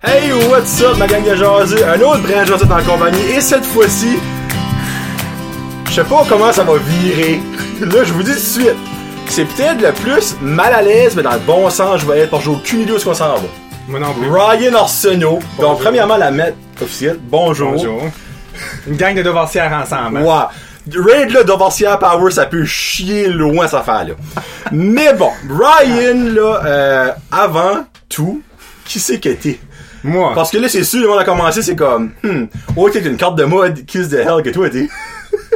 Hey, what's up, ma gang de jaseux? Un autre brin jaseux en compagnie, et cette fois-ci, je sais pas comment ça va virer. Là, je vous dis tout de suite, c'est peut-être le plus mal à l'aise, mais dans le bon sens, je vais être pour jouer aucune idée où ce qu'on s'en va. Moi non plus. Ryan Arsenault, donc Bonjour. premièrement la maître officielle, bonjour. Bonjour. Une gang de devancières ensemble. hein? Wow. Raid là, Dovorcia Power, ça peut chier loin cette affaire-là. Mais bon, Ryan, là, euh, avant tout, qui c'est qui était? Moi. Parce que là, c'est sûr, le monde a commencé, c'est comme, hmm, ok, t'as une carte de mode, kiss the hell que toi, t'es.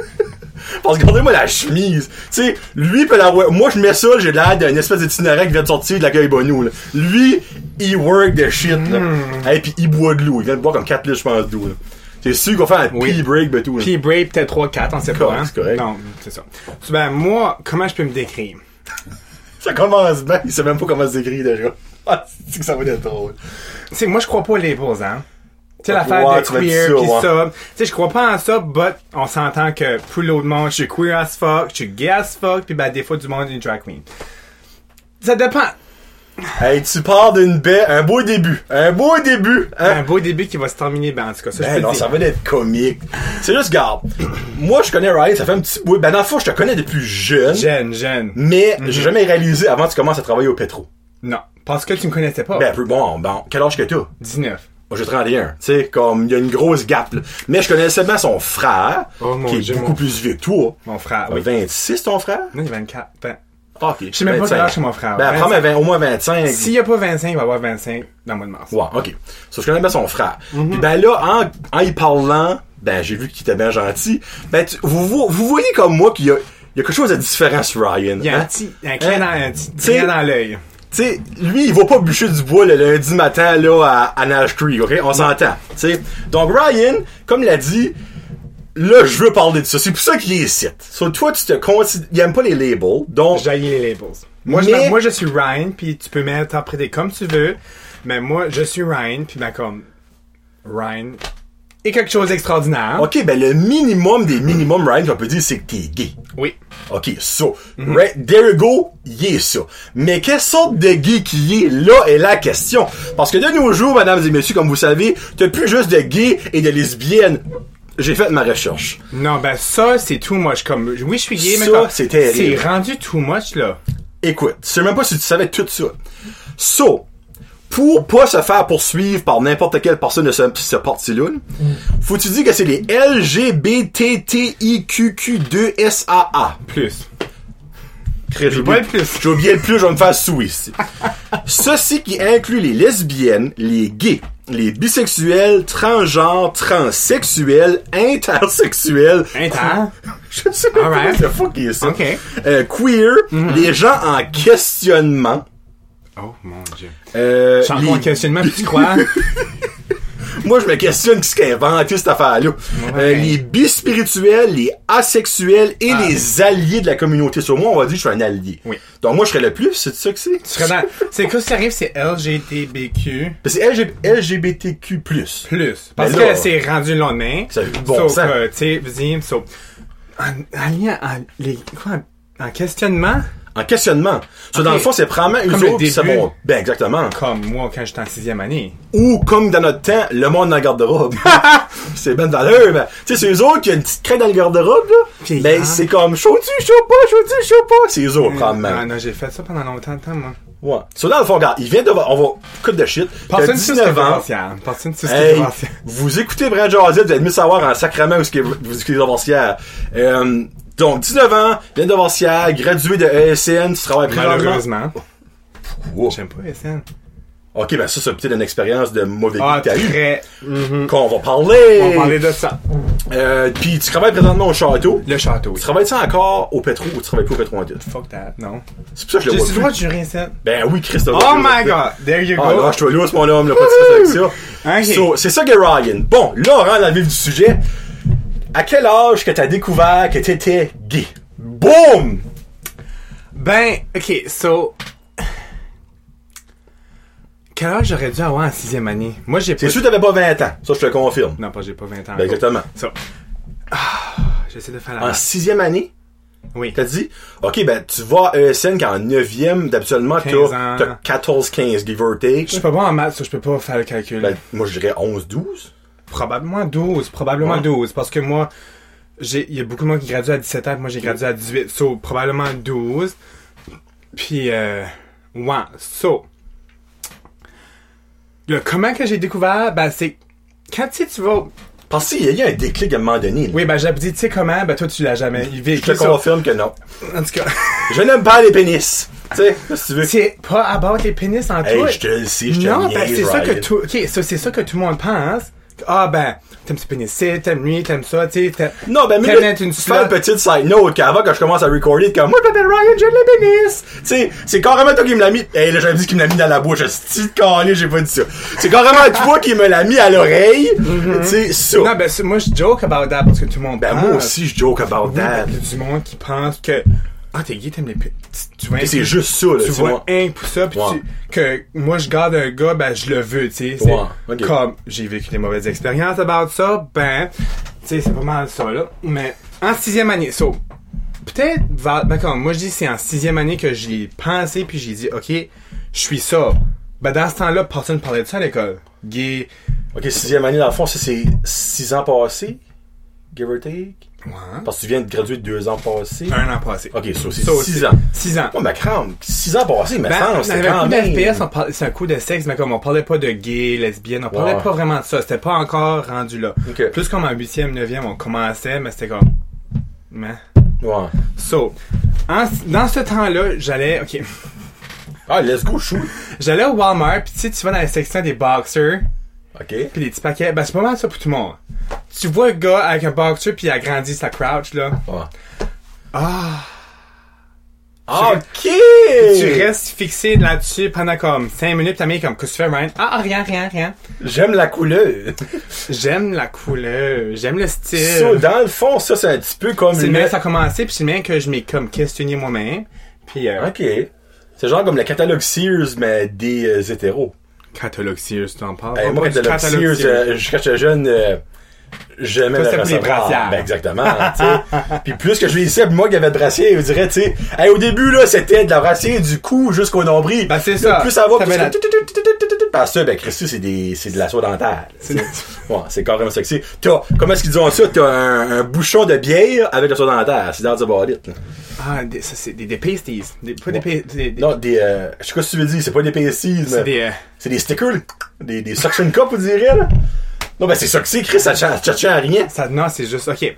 Parce que regardez-moi la chemise. Tu sais, lui peut la wear- Moi, je mets ça, j'ai l'air d'un espèce d'itinérant qui vient de sortir de l'accueil Bonou, là. Lui, il work the shit, là. Et puis, il boit de l'eau. Il vient de boire comme 4 litres, je pense, d'eau, là. C'est sûr qu'on fait un Oui. pee break, ben tout, là. Puis Brave, peut-être 3-4, on sait Correct, pas. Hein? c'est correct. Non, c'est ça. Ben, moi, comment je peux me décrire? Ça commence bien, il sait même pas comment s'écrire, déjà. Ah, c'est que ça va être drôle. Tu sais, moi, je crois pas aux labels, hein. Tu sais, l'affaire Ouais, de tu m'as dit queer ça, pis ouais. ça. Tu sais, je crois pas en ça, but on s'entend que pour l'autre monde, je suis queer as fuck, je suis gay as fuck, pis ben, des fois, du monde, une drag queen. Ça dépend. Hey, tu pars d'une baie, un beau début. Un beau début, hein? Un beau début qui va se terminer, ben, en tout cas, ça, je peux Ben le non, dire. ça va être comique. C'est juste, garde. Moi, je connais Ryan, ça fait un petit bout. Ben, dans le fond, je te connais depuis jeune. Jeune, jeune. Mais, j'ai jamais réalisé avant que tu commences à travailler au pétro. Non. Parce que tu me connaissais pas. Ben, un peu bon, bon. Quel âge que t'as? 19. Moi, j'ai 31. Tu sais, comme, il y a une grosse gap, là. Mais je connais seulement son frère, Oh, mon qui est Dieu, beaucoup mon- plus vieux que toi. Mon frère, oui. 26, ton frère? Non, il est 24. Ben, Ah, Ok. Je sais même pas 25. quel âge c'est mon frère. Ben, 25. prends au moins 25. S'il n'y a pas 25, il va avoir 25 dans le mois de mars. Ouais, ok. Ça, je connais bien son frère. Mhm. Puis ben là, en, en y parlant, ben j'ai vu qu'il était bien gentil. Ben tu- vous, vous, vous voyez comme moi qu'il y a, il y a quelque chose de différent sur Ryan. Il y a un hein? petit, un clin dans, un petit T'sais- clin dans l'œil. Tu sais, lui, il va pas bûcher du bois le lundi matin là à, à Nash Creek, ok? On s'entend. Tu sais. Donc Ryan, comme il a dit, là je veux parler de ça. C'est pour ça qu'il est ici. Sur toi, tu te considères. Il aime pas les labels. Donc J'haïs les labels. Moi, je Mais- m'en- moi, je suis Ryan, puis tu peux m'interpréter comme tu veux, mais moi, je suis Ryan, puis ben comme... Ryan est quelque chose d'extraordinaire. OK, ben le minimum des minimums, Ryan, qu'on peut dire, c'est que t'es gay. Oui. OK, ça. Right, there you go, il est ça. Mais quelle sorte de gay qui est là est la question. Parce que de nos jours, mesdames et messieurs, comme vous savez, t'as plus juste de gays et de lesbiennes. J'ai fait ma recherche. Non, ben ça, c'est too much. Comme, oui, je suis gay, mais Ça, comme- c'est terrible. C'est rendu too much, là. Écoute, je sais même pas si tu savais tout ça. So, pour pas se faire poursuivre par n'importe quelle personne de ce, ce parti-là, faut-tu dire que c'est les LGBTTIQQ2SAA? Plus. Crée, J'ai Pas oublié le plus. j'ai oublié le plus, je vais me faire sous ici. Ceci qui inclut les lesbiennes, les gays, les bisexuels, transgenres, transsexuels, intersexuels. Inter. Je sais pas Alright. what the fuck est ça. Ok. Mm-hmm. Euh, queer, les gens en questionnement. Oh, mon Dieu. Euh, J'ai les- encore un questionnement, puis tu crois? Moi, je me questionne qui a inventé cette affaire-là. Euh, les bispirituels, les asexuels et les alliés de la communauté. Sur moi, on va dire que je suis un allié. Ah, Oui. Donc, moi, je serais le plus, c'est ça que c'est? Tu serais dans- C'est quoi ce qui arrive, c'est LGTBQ. Ben, C'est LG- LGBTQ+. plus. Parce là- que c'est rendu le lendemain. Ça a eu du bon Sauf, sens. euh, tu sais, vous dites, sauf- en, en lien, en, les, quoi, en, en questionnement, En questionnement. Ça, dans Ok. le fond, c'est vraiment eux Comme le autres qui début. savent- Ben, exactement. comme moi quand j'étais en sixième année. Ou, comme dans notre temps, le monde dans le garde-robe. c'est ben valeur, ben. Tu sais, c'est eux autres qui ont une petite crainte dans le garde-robe, là. Puis, Ben, ah. c'est comme, chaud-tu, chaud pas, chaud-tu, chaud pas. C'est eux autres, quand Ah même. non, j'ai fait ça pendant longtemps de temps, moi. Ouais. Ça, dans le fond, regarde, il vient de, on va, coute de shit. T'as Personne ne sait ce que 19 ans. c'est Personne ne sait ce Hey, que c'est vous écoutez Brad Jazzy, vous allez mieux savoir en sacrament où ce que vous vous écoutez Davancière. Euh, donc, 19 ans, vient de Davancière, gradué de E ESN, tu travailles présentement. Malheureusement. Wow. J'aime pas SN. Ok, ben ça, c'est peut-être une expérience de mauvais goût Ah, que t'as eu. très. Mm-hmm. Qu'on va parler. On parlait de ça. Euh, puis tu travailles présentement au château. Le château. Tu travailles ça encore au pétro ou tu travailles plus au pétro en tout? Fuck that. Non. C'est pour ça que je le J'ai vois le droit plus. de jurer ça. Ben oui, Christophe. Oh my god. There you Ah, go. lâche toi lousse, mon homme, là, pas de stress avec ça. Ok. So, c'est ça que Ryan. Bon, là, on rentre dans le vif du sujet. À quel âge que t'as découvert que t'étais gay? Boum! Ben, ok, so. Quel âge j'aurais dû avoir en sixième année? Moi, j'ai pas. T'es sûr que t'avais pas 20 ans? Ça, je te le confirme. Non, pas, j'ai pas 20 ans. Ben, exactement. So. Ah, j'essaie de faire la. En sixième année? Oui. T'as dit, OK, ben, tu vas à ESN qu'en 9e, d'habituellement, 15 t'as ans. t'as 14, 15, give or Je take. suis pas bon en maths, ça, je peux pas faire le calcul. Ben, moi, je dirais 11, 12. probablement 12, probablement Ouais. 12, parce que moi, j'ai, il y a beaucoup de monde qui gradue à 17 ans, puis moi j'ai gradué à 18, so, probablement 12. Puis, euh, ouais, so. Le comment que j'ai découvert, ben c'est, quand tu sais, tu vas, Parce qu'il y a eu un déclic à un moment donné. là. oui, ben j'avais dit, tu sais comment, ben toi tu l'as jamais Je te vécu. ça. confirme que non. En tout cas, Je n'aime pas les pénis. Tu sais, qu'est-ce que tu veux? c'est pas à bord les pénis en Hey, tout. je te le sais, je te Non, niaise, ben, c'est ça Ryan. que tout, ok, ça, c'est ça que tout le monde pense. Ah, ben, t'aimes ce pénis, t'aimes lui, t'aimes ça, tu sais, t'aimes- Non, ben, mais t'aimes être une fais une slut. petite side note qu'avant, quand je commence à recorder, t'es comme, moi, je m'appelle Ryan, j'aime les pénis. Tu sais, c'est carrément toi qui me l'as mis, hey, là, j'avais dit qu'il me l'a mis dans la bouche, c'est calé, j'ai pas dit ça. C'est carrément toi qui me l'a mis à l'oreille. Tu sais, ça. Mm-hmm. Non, ben, c'est- moi, je joke about that parce que tout le monde ben, pense. moi aussi, je joke about Oui, that. ben, Il y a du monde qui pense que. Ah, t'es gay, t'aimes les putes. Tu, tu vois, Et c'est juste ça, là, Tu vois, un pour ça, puis Euh, Ouais. tu- que moi, je garde un gars, ben, je le veux, tu sais. Ouais, C'est ok. Comme j'ai vécu des mauvaises expériences about ça, ben, tu sais, c'est pas mal ça, là. Mais en sixième année, so, peut-être, va- ben, comme moi, je dis, c'est en sixième année que j'ai pensé, puis j'ai dit, ok, je suis ça. Ben, dans ce temps-là, personne ne parlait de ça à l'école. Gay. Ok, sixième année, dans le fond, ça, c'est six ans passés, give or take. Ouais. hein? Parce que tu viens de graduer de deux ans passés. Un an passé. Ok, ça, c'est Ça, six ans. 6 ans. Oh, ma crème, six ans passés, mais Ben, ben, on c'est avait un quand coup même. d'FPS, on parlait- c'est un coup de sexe, mais comme on parlait pas de gay, lesbienne, on parlait Ouais. pas vraiment de ça. C'était pas encore rendu là. Ok. Plus comme en 8e, 9e, on commençait, mais c'était comme. Mais. Ouais. So, en- dans ce temps-là, j'allais. Ok. Ah, let's go, chou. J'allais au Walmart, pis tu sais, tu vas dans la section des boxers, Ok. pis les petits paquets. Ben, c'est pas mal ça pour tout le monde. Tu vois un gars avec un boxer, pis il agrandit sa crouch, là. Ouais. Ah! Ok! Tu restes fixé là-dessus pendant comme 5 minutes, ta mère est comme, qu'est-ce que tu fais, Ryan? Ah, ah, rien, rien, rien. J'aime la couleur. J'aime la couleur, j'aime le style. Ça, dans le fond, ça, c'est un petit peu comme Euh. C'est le- le même ça a commencé, puis c'est le même que je m'ai comme questionné moi-même. Puis, euh, Ok. C'est genre comme le catalogue Sears, mais des euh, hétéros. catalogue Sears, tu en parles. Eh, Oh, moi, pas du catalogue Sears, euh, je- quand j'étais jeune, euh, j'aimais Toi, le c'était pour les recevoir. brassières. Ben, exactement. hein, tu sais. Puis plus que je vieillissais, puis moi qui avais de brassière, je dirais, tu sais, hey, au début, là, c'était de la brassière du cou jusqu'au nombril. Ben, c'est Là, ça. Plus ça va, plus T'avais ça la- Parce que, ben, Christy, c'est des, c'est de la soie dentaire. tu sais. Ouais, c'est carrément sexy. T'as, comment est-ce qu'ils disent ça? T'as un, un bouchon de bière avec de la soie dentaire. C'est dans du barit, là. Ah, des, ça, c'est des, des pasties. Des, pas des Ouais. pasties. Des, des- Non, des, euh, je sais pas si tu veux dire, c'est pas des pasties, c'est mais- des. euh, c'est des stickers, là. des, des suction cups, vous direz, là. Non, ben c'est ça que c'est, Chris, ça ne tient à rien. ça, non, c'est juste, ok.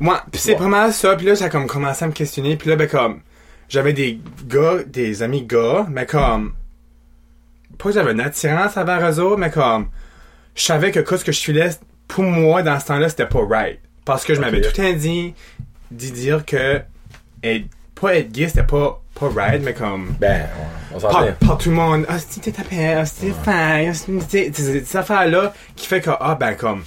Moi, puis c'est Ouais. vraiment ça, puis là, ça a comme commencé à me questionner, puis là, ben, comme, j'avais des gars, des amis gars, mais comme, pas que j'avais une attirance envers eux autres, mais comme, je savais que ce que je filais, pour moi, dans ce temps-là, c'était pas right. Parce que je m'avais tout dit d'y dire que, être, pas être gay, c'était pas, pas right, mais comme, Ben, on, on s'entend. par, par tout le monde. Ah, si t'es tapé, ah, si t'es fin, ah, si t'es. C'est cette affaire-là qui fait que, ah, ben, comme,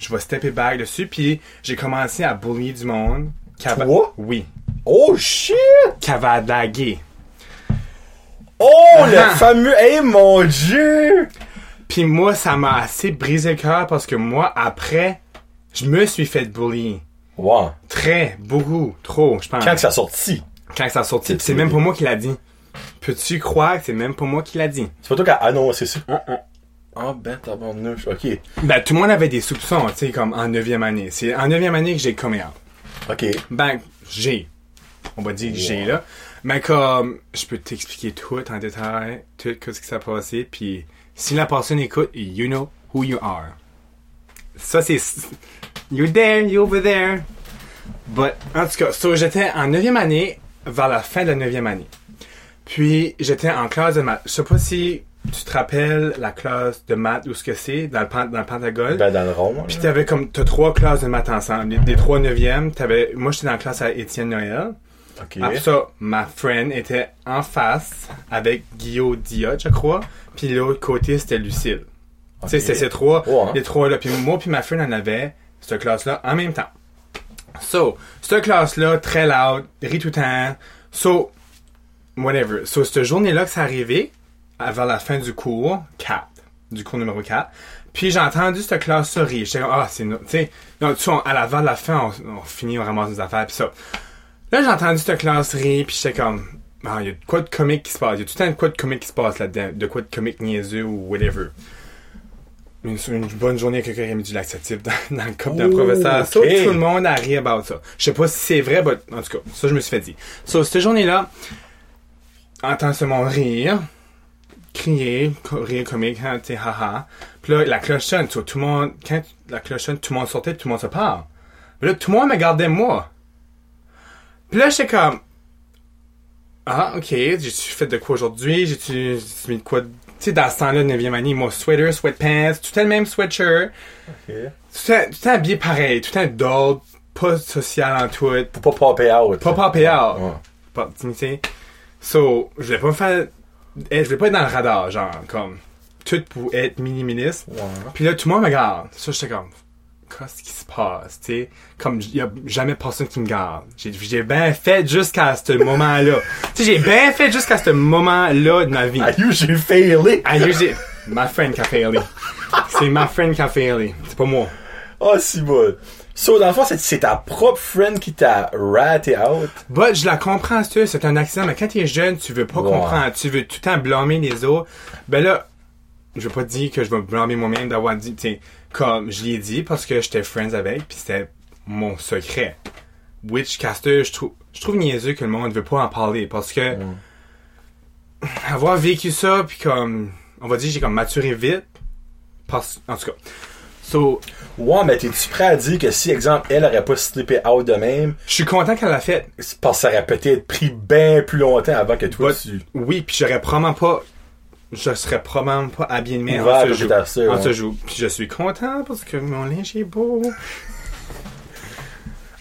je vais stepper back dessus, puis j'ai commencé à bully du monde. qui avait- Toi? Oui. Oh shit! Qui avait de la gay. Oh, le Ah. fameux, hey mon dieu! Puis moi, ça m'a assez brisé le cœur parce que moi, après, je me suis fait bully. Wow. Très, beaucoup, trop, je pense. Quand que ça sorti? Quand ça a sorti, puis c'est C'est même vrai. pas moi qui l'a dit. Peux-tu croire que c'est même pas moi qui l'a dit? C'est pas toi qui as annoncé ça. Ah ben, t'as bon Ok. Ben, tout le monde avait des soupçons, tu sais, comme en 9e année. C'est en 9e année que j'ai commis out. Ok. Ben, j'ai. On va dire que j'ai, là. Mais comme, je peux t'expliquer tout en détail, tout ce qui s'est passé, puis si la personne écoute, you know who you are. Ça, c'est... You're there, you're over there. But, en tout cas, so, j'étais en 9e année, vers la fin de la 9e année. Puis, j'étais en classe de maths. Je sais pas si tu te rappelles la classe de maths ou ce que c'est, dans le, pan- dans le Pentagone. Ben, dans le rond. Puis là. t'avais comme, t'as trois classes de maths ensemble. Les, les trois neuvièmes, t'avais, moi j'étais dans la classe à Étienne Noël. Ok. Après ça, ma friend était en face avec Guillaume Diot, je crois. Puis l'autre côté, c'était Lucille. Tu sais, Ok. c'était ces trois, Ouais. les trois là. Puis moi puis ma friend en avait cette classe-là en même temps. So, cette classe-là, très loud, rit tout le temps. So, whatever. So, cette journée-là que c'est arrivé, avant la fin du cours 4, du cours numéro 4, puis j'ai entendu cette classe-là rire. J'étais comme, ah, c'est... no- Tu sais, non, tu sais, on- à l'avant de la fin, on, on finit, on ramasse nos affaires, puis ça. Là, j'ai entendu cette classe rire, puis j'étais comme, ah, il y a de quoi de comique qui se passe. Il y a tout le temps de quoi de comique qui se passe là-dedans, de quoi de comique niaiseux ou whatever. Une, une bonne journée, quelqu'un qui a mis du laxatif dans, dans le cop d'un Ouh, professeur. So, ok. tout le monde a ri about ça. Je sais pas si c'est vrai, but, en tout cas, ça, je me suis fait dire. So, cette journée-là, entends ce monde rire, crier, co- rire comique, hein, tu sais, haha. Puis là, la cloche sonne, so, tout le monde, quand la cloche sonne, tout le monde sortait, tout le monde se parle. Mais là, tout le monde me gardait moi. Puis là, j'étais comme, ah, ok, j'ai-tu fait de quoi aujourd'hui? J'ai-tu j'ai-tu mis de quoi? de- Tu sais, dans ce temps-là, 9e année, moi, sweater, sweatpants, tout le temps le même sweatshirt, tout le temps- tout le temps habillé pareil, tout le temps d'ordre, pas social en tout, Pour pas popper out. pas papé out. Ouais. Pas de dignité. So, je voulais pas me faire. eh, Je voulais pas être dans le radar, genre, comme. Tout pour être mini-ministre. Ouais. Puis là, tout le monde me regarde. Ça, j'étais comme. Qu'est-ce qui se passe, tu sais? Comme, y a jamais personne qui me garde. J'ai- J'ai bien fait jusqu'à ce moment-là. tu sais, j'ai bien fait jusqu'à ce moment-là de ma vie. Aïe, j'ai failé. Aïe, j'ai. Ma friend qui a failli. C'est ma friend qui a failli. C'est pas moi. Ah, si bon. So, dans le fond, c'est- c'est ta propre friend qui t'a raté out. Bah, je la comprends, c'est c'est un accident, mais quand t'es jeune, tu veux pas Ouais. comprendre, tu veux tout le temps blâmer les autres. Ben là, je veux pas dire que je vais blâmer moi-même d'avoir dit, tu sais, comme je l'ai dit, parce que j'étais friends avec, puis c'était mon secret. Witchcaster, je trouve, je trouve niaiseux que le monde veut pas en parler, parce que avoir vécu ça, puis comme, on va dire, j'ai comme maturé vite, parce, en tout cas. So, Ouais, mais t'es-tu prêt à dire que si, exemple, elle aurait pas slippé out de même, je suis content qu'elle l'a fait, c'est parce que ça aurait peut-être pris bien plus longtemps avant que toi, Ouais. tu... Oui, puis j'aurais probablement pas. Je serais probablement pas habillé de merde Ouvert en ce comme jour. j'étais sûr, En ouais. ce jour. Puis je suis content parce que mon linge est beau.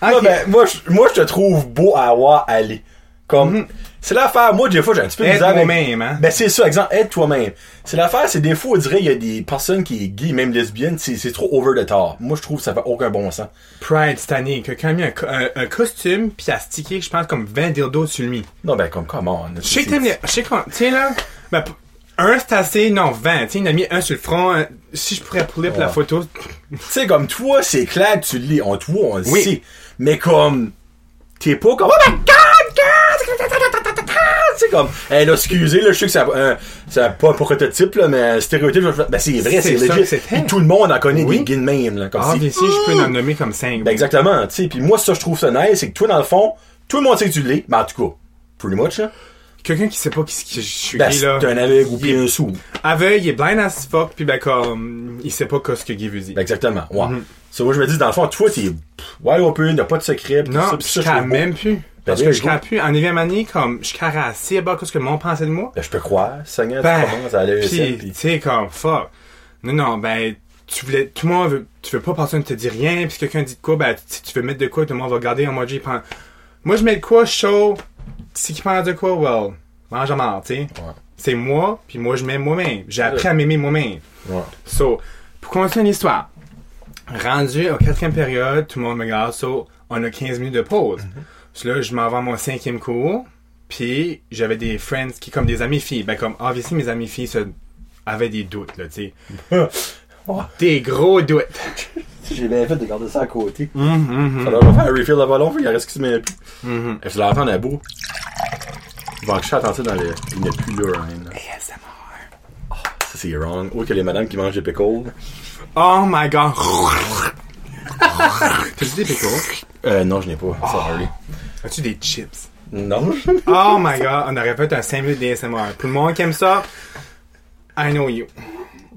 Ah, Ah, ben, moi, je- moi, je te trouve beau à avoir allé. Comme, c'est l'affaire, moi, des fois, j'ai un petit peu de Être misère avec- moi-même, hein. Ben, c'est ça, exemple, être toi-même. C'est l'affaire, c'est des fois, on dirait, il y a des personnes qui est gay, même lesbienne, c'est c'est trop over the top. Moi, je trouve que ça fait aucun bon sens. Pride cette année, quelqu'un a mis un, co- un- un costume, puis a stické, je pense, comme 20 dildos sur lui. Non, ben, comme, comment on. Je sais que t'aimes les. Je sais qu'on- Tu sais, là. Ben, p- un, c'est assez. Non, 20. Tu sais, il en a mis un sur le front. un- si je pourrais pouler pour la Ouais. photo. Tu sais, comme toi, c'est clair, que tu le lis, on te voit, on le Oui. sait. Mais comme, t'es pas comme, oh my god, god! Tu sais, comme, hey, là, excusez, là, je sais que c'est un, c'est un- pas un prototype, là, mais un stéréotype, je- ben, c'est vrai, C'est c'est ça que legit. c'était. Puis tout le monde en connaît Oui. des gays de même, là, comme Ah, si- bien sûr, je peux en nommer comme 5. Ben, exactement, tu sais. Puis moi, ça, je trouve ça nice, c'est que toi, dans le fond, tout le monde sait que tu l'es, mais en tout cas, pretty much, là. Quelqu'un qui sait pas qui, qui je suis Ben, gay, c'est là. un aveugle ou puis un sou. Aveugle, il est blind as fuck, puis ben comme, il sait pas quoi ce que Guy veut dire. Ben, exactement, ouais. Mm-hmm. Ça, moi, je me dis, dans le fond, toi, t'es pff, wide open, t'as pas de secret, pis tout ça, non, pis pis ça, je je trouve carre beau. même plus. Parce there que you je go. carre plus. En 9 année, comme, je carre assez bas que ce que le monde pensait de moi. Ben, je peux croire, Seigneur, Ben, tu commences à l'ESN, Pis, pis... tu sais, comme, fuck. Non, non, ben, tu voulais, tout le monde veut, tu veux pas personne ne te dit rien, pis si quelqu'un dit de quoi, ben, si tu veux mettre de quoi, tout le monde va regarder en mode, j'ai pen- moi, je mets de quoi, chaud. Si qui pense de quoi, well, mange à mort, tu sais. Ouais. C'est moi, puis moi, je m'aime moi-même. J'ai appris à m'aimer moi-même. Ouais. So, pour continuer l'histoire, rendu au quatrième période, tout le monde me regarde, so, on a 15 minutes de pause. So là, je m'en vais à mon cinquième cours, puis j'avais des friends qui, comme des amis filles, ben comme, obviously, mes amis filles se- avaient des doutes, là, tu sais. Oh, Des gros doutes. J'ai bien fait de garder ça à côté. Hum, Ça va faire un refill de ballon, il en reste qui se met plus. Et tu l'entends, elle est beau. Van que je attends ça dans les. Il n'y a plus le Ryan. là. hein. Ça, c'est wrong. Ou que les madames qui mangent des pickles. Oh my god. T'as-tu des pickles? Euh, non, je n'ai pas. Sorry. As-tu des chips? Non, je Oh my god, on aurait fait un 5 minutes d'ASMR. Pour le monde qui aime ça, I know you.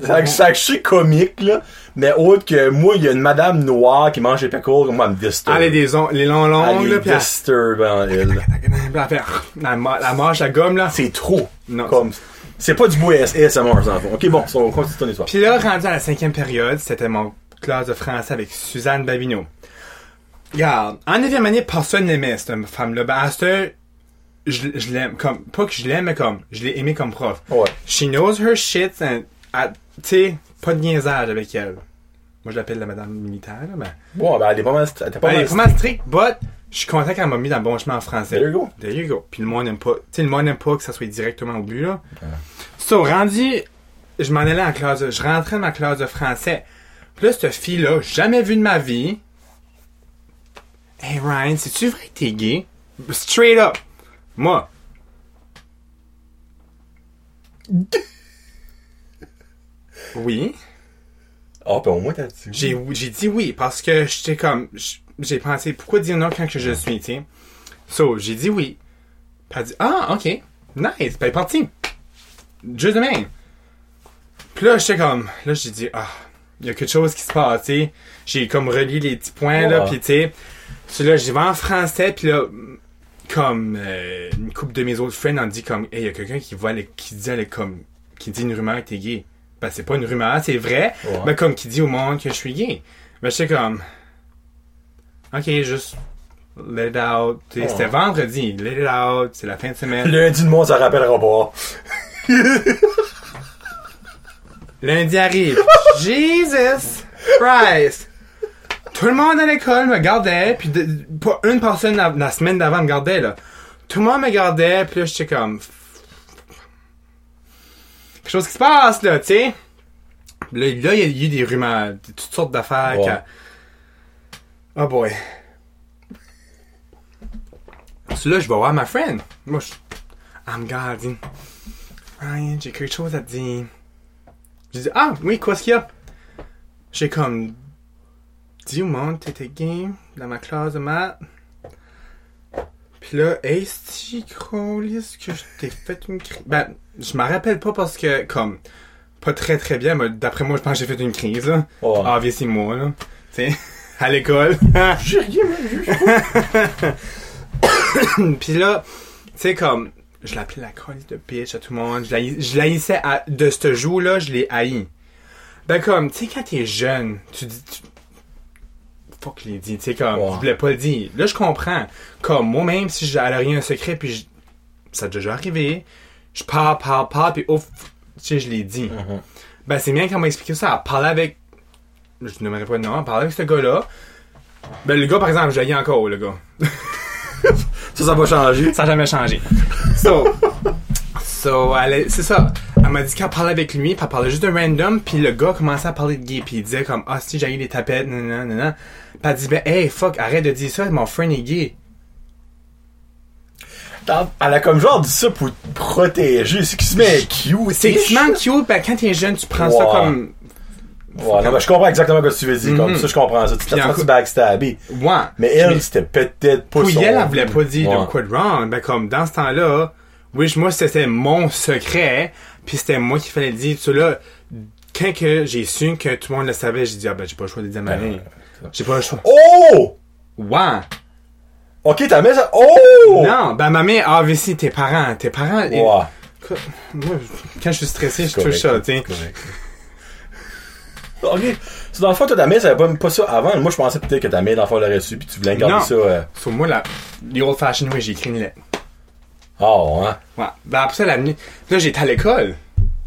Ça, ça, je sais comique, là. Mais autre que moi, il y a une madame noire qui mange des pickles, moi, elle me disturbe. Ah, les, des on- les longs longs, Elle là, est puis elle- disturbant, elle. Puis elle fait, la, ma- la mâche, la gomme, là. C'est trop. Non. Comme. C'est pas du beau ASMR, ça, en fait. Ok, bon, ça, on continue ton histoire. Puis là, rendu à la cinquième période, c'était mon classe de français avec Suzanne Babineau. Regarde, en 9e année, personne n'aimait cette femme-là. Ben, à ce je, je l'aime comme, pas que je l'aime, mais comme, je l'ai aimée comme prof. Ouais. She knows her shit, and, elle- tu sais, pas de niaisage avec elle. Moi, je l'appelle la madame militaire, là, mais. Bon, ben, elle est pas mal. Elle était pas Elle est mal. vraiment stricte, but je suis content qu'elle m'a mis dans le bon chemin en français. There you go. There you go. Puis le monde n'aime pas. Tu sais, le monde n'aime pas que ça soit directement au but, là. So, rendu, je m'en allais en classe, de- je rentrais dans ma classe de français. Puis là, cette fille-là, jamais vue de ma vie. Hey Ryan, c'est-tu vrai que t'es gay? Straight up. Moi. Oui. Ah, ben au moins t'as dit. oui. J'ai, j'ai dit oui parce que j'étais comme. j'- J'ai pensé pourquoi dire non quand que je le suis, tu sais. So, j'ai dit oui. Puis elle dit Ah, ok. Nice. Puis elle est partie. Juste de même. Puis là, j'étais comme. Là, j'ai dit Ah, il y a quelque chose qui se passe, tu sais. J'ai comme relié les petits points, là, Ouais. puis tu sais. Puis là, j'y vais en français, puis là. Comme euh, une couple de mes autres friends en dit comme Hey, il y a quelqu'un qui voit le- qui dit à la- comme qui dit une rumeur que t'es gay. Ben, c'est pas une rumeur, c'est vrai. Ouais. Ben, comme qui dit au monde que je suis gay. Ben, j'étais comme. Ok, juste. Let it out. T'sais, Ouais. C'était vendredi. Let it out. C'est la fin de semaine. Lundi, le monde s'en rappellera pas. Lundi arrive. Jesus Christ! Tout le monde à l'école me gardait, puis de- pas une personne la, la semaine d'avant me gardait, là. Tout le monde me gardait, puis là, j'étais comme... Quelque chose qui se passe, là, tu sais. Là, là, il y a eu des rumeurs, de toutes sortes d'affaires. Ouais. que- Oh boy. So là, je vais voir ma friend. Moi, je... Elle me garde, dit, Ryan, j'ai quelque chose à te dire. J'ai dit, ah, oui, quoi ce qu'il y a? J'ai comme dit au monde, t'étais gay dans ma classe de maths. Puis là, est-ce que je t'ai fait une crise? Ben, je m'en rappelle pas parce que, comme, pas très très bien, mais d'après moi, je pense que j'ai fait une crise, là. Ouais. Ah, viens, c'est moi, là. Tu sais, à l'école. J'ai rien vu. Puis là, tu sais, comme, je l'appelais la colise de bitch à tout le monde. Je la je la haïssais à, de ce jour-là, je l'ai haï. Ben, comme, tu sais, quand t'es jeune, tu dis. Tu... Fuck, je l'ai dit, tu sais, comme, Ouais. je voulais pas le dire. Là, je comprends. Comme, moi-même, si j'allais rien un secret, puis je- ça a déjà arrivé, je parle, parle, parle, puis ouf, tu sais, je l'ai dit. Ben, c'est bien qu'elle m'a expliqué ça. Elle parlait avec. Je nommerai pas de nom, elle parlait avec ce gars-là. Ben, le gars, par exemple, je l'ai encore, le gars. Ça, ça va changer. Ça n'a jamais changé. So, so elle est- c'est ça. Elle m'a dit qu'elle parlait avec lui, puis elle parlait juste de random, puis le gars commençait à parler de gay, puis il disait comme, ah, si, j'ai eu des tapettes, nanana, nanana. Puis elle dit, ben, hey, fuck, arrête de dire ça, mon friend est gay. T'en- Elle a comme genre dit ça pour te protéger. C'est qui se met cute. C'est extrêmement cute, ben, quand t'es jeune, tu prends ça Ouais. comme, Ouais, non, mais je comprends exactement ce que tu veux dire. Comme Mhm. ça, je comprends ça. Tu t'es Puis en senti cou- backstabé. ouais. Mais elle, c'était peut-être pas Puis son- elle, elle voulait pas dire Ouais. de quoi de wrong. Ben, comme, dans ce temps-là, wish, moi, c'était mon secret, puis c'était moi qui fallait le dire. Puis là, quand que j'ai su que tout le monde le savait, j'ai dit, ah, ben, j'ai pas le choix de le dire à ma mère. J'ai pas le choix. Oh! Ouais. Ok, t'as mis ça. Oh! Non, ben ma mère, ah, mais si, tes parents, tes parents. ils- Ouais. Quoi? Moi, je- quand je suis stressé, je touche correct, ça, tu sais. correct. Oh, Ok. C'est dans le fond, toi, ta mère, savait pas, pas ça avant. Moi, je pensais peut-être que ta mère, dans le fond, l'aurait su, puis tu voulais garder Non. ça. euh, Sur moi, la, the old fashioned way, j'ai écrit une lettre. Ah, ouais. Ouais. Ben après ça, elle est venue. Puis là, j'étais à l'école.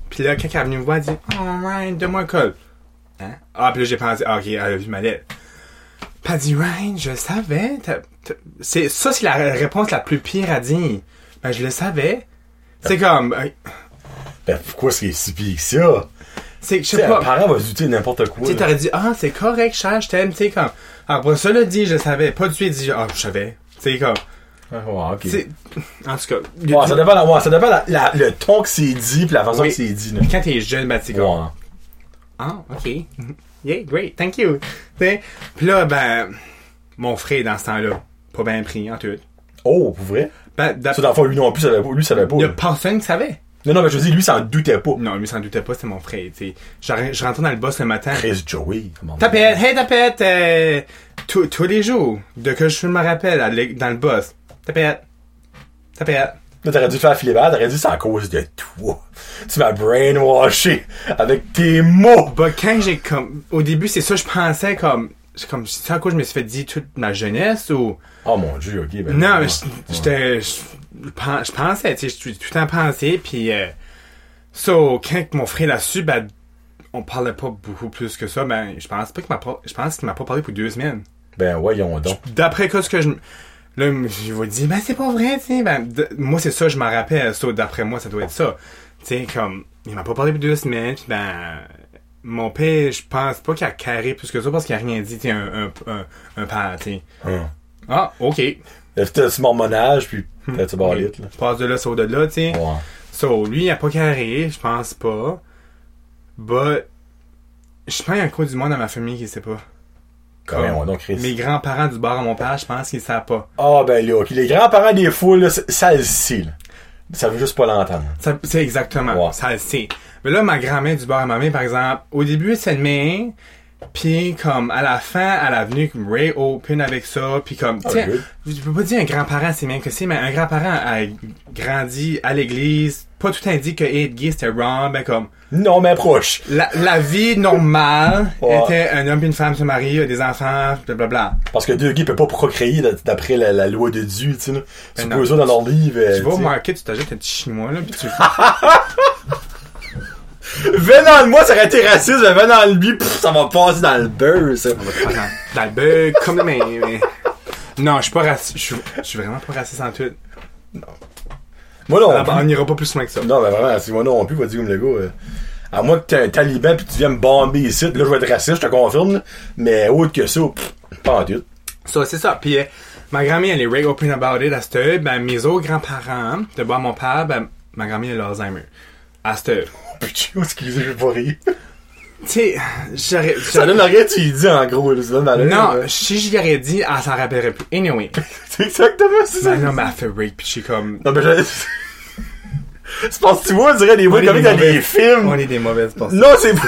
Puis là, quand elle est venue me voir, elle dit, oh, Ryan, donne-moi un col. Hein? Ah, puis là, j'ai pensé, ah, ok, elle a vu ma lettre. Puis elle dit, Ryan, je le savais. t'as- t'as- C'est, ça, c'est la réponse la plus pire à dire. Ben, je le savais. C'est comme, euh, Ben, pourquoi c'est si pire que ça? c'est, je Tu sais sais, un pas. parent va se douter de n'importe quoi. Tu sais, là. t'aurais dit, ah, c'est correct, cher, je t'aime, tu sais, comme. Après ça, le dit, je savais. Pas du tout, il dit, ah, je savais. Tu sais, comme. Ah, Ouais, ok. tu sais, En tout cas, il Ouais, dit- ça dépend, la- ouais, ça dépend la- la- le ton que c'est dit, puis la façon Oui. que c'est dit. Là. quand t'es jeune, ben, tu sais, comme, Ouais. ah, ok. Yeah, great, thank you. Tu sais, Pis là, ben, mon frère, dans ce temps-là, pas bien pris, en tout. Oh, pour vrai? Ben, d'ap- Ça, dans le fond, lui non plus, savait pas. Lui, savait pas. il y a là. personne qui savait. Non, non, mais je veux dire, lui, s'en doutait pas. Non, lui, s'en doutait pas, c'était mon frère, tu sais. Je je rentrais dans le boss le matin. Chris Joey. comment on dit? Tapette, hey tapette, euh, tous tous les jours, de que je me rappelle, à l'é- dans le boss. Tapette, tapette. Là, t'aurais dû faire filer balle, t'aurais dit, c'est à cause de toi. Tu m'as brainwashé avec tes mots. Bah, quand j'ai comme. Au début, c'est ça, je pensais comme. C'est comme. C'est à quoi je me suis fait dire toute ma jeunesse ou. Oh mon dieu, ok. Ben, Non, ouais. mais je- j'étais. Je je pen- je pensais, tu sais, je suis tout le temps pensé, puis. euh, so, quand mon frère l'a su, ben. On parlait pas beaucoup plus que ça, ben, je pense pas qu'il m'a pas. Je pense qu'il m'a pas parlé pour deux semaines. Ben, voyons donc. D'après quoi, ce que je. Là, je vous dis, ben, c'est pas vrai, tu sais. Ben, d- moi, c'est ça, je m'en rappelle. Ça, d'après moi, ça doit être ça. Tu sais, comme, il m'a pas parlé depuis deux semaines, puis ben, mon père, je pense pas qu'il a carré plus que ça parce qu'il a rien dit, tu sais, un, un, un, un père, tu sais. Hum. Ah, ok. C'était ce mormonage, puis Hmm. that's about Il it, là. Passe de là, saute de là, tu sais. Ouais. So, lui, il a pas carré, je pense pas. But, je pense qu'il y a un coin du monde dans ma famille qui sait pas. Quand même, on donc Chris. Mes grands-parents du bar à mon père, je pense qu'ils savent pas. Ah, ben là, ok. Les grands-parents des foules, là, c'est- ça le sait, là. Ça veut juste pas l'entendre. Ça- C'est exactement, Ouais. ça le sait. Mais là, ma grand-mère du bar à ma mère, par exemple, au début, c'est le main, puis comme à la fin, elle a venu comme Ray Open avec ça, puis comme, tu sais, Ah, good. je peux pas dire un grand-parent, c'est bien que c'est, mais un grand-parent a grandi à l'église, pas tout indique que être gay, c'était wrong, ben comme, Non, mais proche. La, la vie normale Ouais. était un homme et une femme se marient, a des enfants, blablabla. Parce que deux gays peuvent pas procréer d'a- d'après la, la loi de Dieu, tu sais, là. C'est Ben non. pour eux autres, dans leur livre. euh, Tu vas au tu sais. market, tu t'achètes un petit chinois, là, pis tu... Venant de moi, ça aurait été raciste, mais venant de lui, pff, ça va passer dans le beurre, ça. Dans dans le bug, comme... Mais, mais... Non, je suis pas raciste. Je suis- je suis vraiment pas raciste en tout. Moi, non. Ah, bah, on n'ira pas plus loin que ça. Non, mais vraiment, si moi non plus, vas-y, comme le gars. euh, à moins que t'es un taliban pis tu viens me bomber ici, là, je vais être raciste, je te confirme, là. Mais autre que ça, pff, pas en doute. Ça, c'est ça. Puis euh, ma grand-mère, elle est right open about it à cette heure. Ben, mes autres grands-parents, de bas mon père, ben, ma grand-mère, elle a l'Alzheimer. À cette heure. Putain, excusez, je vais pas rire. Tu sais, j'aurais... Ça donne rien, tu y dis, en gros, là, ça donne malheur, Non, là. si j'y aurais dit, elle s'en rappellerait plus. Anyway. C'est exactement ça. Ben non, mais elle fait rape, pis je suis comme... Non, mais je. Je pense que tu vois, on dirait des mots comme dans mauvais- des films. On est des mauvaises personnes. Non, c'est pas.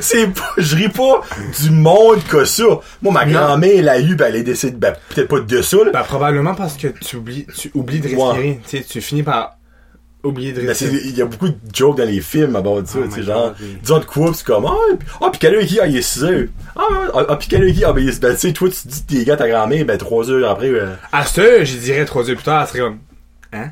c'est pas. Je ris pas du monde que ça. Moi, ma grand-mère, elle a eu, ben, elle est décédée. Ben, peut-être pas de ça, là. Bah, probablement parce que tu oublies, tu oublies de Ouais. respirer. Tu sais, tu finis par oublier de Ben, c'est- respirer. il y a beaucoup de jokes dans les films à bord de ça, Oh tu sais, my genre, God, oui. disons de quoi, pis c'est comme, ah, pis- ah, pis quelle heure qui, ah, il est 6 heures. Ah, ouais, ah, ah, pis quelle heure qui, ah, ben, il est- ben, tu sais, toi, tu dis tes gars, ta grand-mère, ben, 3 heures après, euh, À ce, j'y dirais trois heures plus tard, elle serait comme, hein?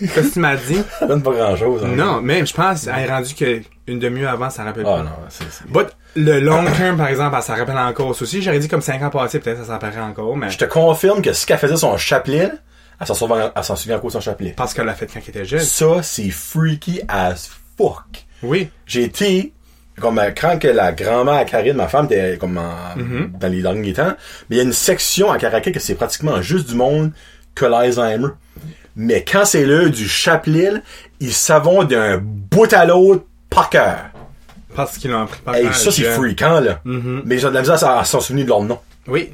Qu'est-ce que tu m'as dit? ça donne pas grand-chose. hein. Non, même, je pense, elle est rendue que une demi-heure avant, ça rappelle Ah, pas. non, c'est, c'est- But, le long term, par exemple, elle s'en rappelle encore. Ça aussi, j'aurais dit comme cinq ans passés, peut-être, ça s'en rappellerait encore, mais Je te confirme que ce qu'elle faisait son chapelet, elle s'en souvient, elle s'en souvient encore de son chapelet. parce qu'elle l'a fait quand elle était jeune. Ça, c'est freaky as fuck. Oui. J'ai été, comme euh, quand que la grand-mère à Karine, ma femme, était comme en- dans les derniers temps, mais il y a une section à Caracal que c'est pratiquement juste du monde que l'Alzheimer. Mais quand c'est l'heure du chapelet, là, ils savent d'un bout à l'autre par cœur. Parce qu'ils l'ont appris par Hey, cœur, ça, c'est jeune. freakant, là. Mais j'ai de la misère à à s'en souvenir de leur nom. Oui.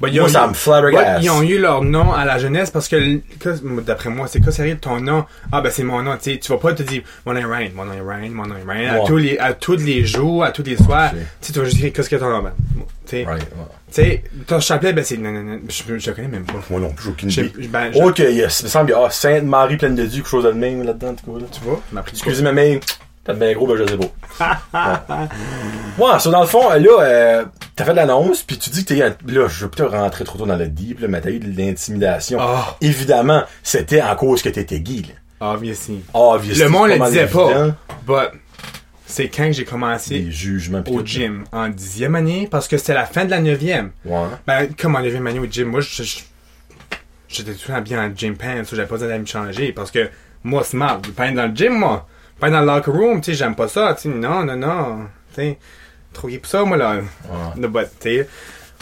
Bah, ils Moi, ont ça eu- me flabbergasse. Ouais, ils ont eu leur nom à la jeunesse parce que, l- que- d'après moi, c'est quoi sérieux ton nom? Ah, ben c'est mon nom, tu sais. Tu vas pas te dire, mon nom est Ryan, mon nom est Ryan, mon nom est Ryan, Ouais. à, tous les, à tous les jours, à tous les soirs. Ok. Tu sais, tu vas juste dire, qu'est-ce que ton nom? Ben, tu sais, Right, ouais. tu sais, ton chapelet, ben c'est. Non, non, non, je, je le connais même pas. Moi non plus, j'ai aucune Je- idée. ben, je- Autre que, il y a- il me semble qu'il y a ah, Sainte-Marie pleine de Dieu, quelque chose de même là-dedans, en tout cas, là. Tu vois? Tu m'as appris de quoi? Excusez ma main. T'as bien gros, ben je sais pas. Ouais, ouais ça, dans le fond, là, euh, t'as fait de l'annonce, puis tu dis que t'es... Là, je veux pas te rentrer trop tôt dans le deep, là, mais t'as eu de l'intimidation. Ah. Évidemment, c'était en cause que t'étais gay, là. Obviously. Obviously, Le monde c'est pas le mal disait évident. pas. But, c'est quand que j'ai Des commencé jugements, pis au tout. gym, en dixième année, parce que c'était la fin de la neuvième. Ouais. Ben, comme on avait manié au gym, moi, je- je- j'étais tout le temps bien en gym pants, so j'avais pas besoin d'aller me changer, parce que moi, smart, je vais pas être dans le gym, moi. Je vais Pas être dans le locker room, tu sais, j'aime pas ça, tu sais, non, non, non, tu sais, trop gay pour ça, moi, là. No, but, tu sais,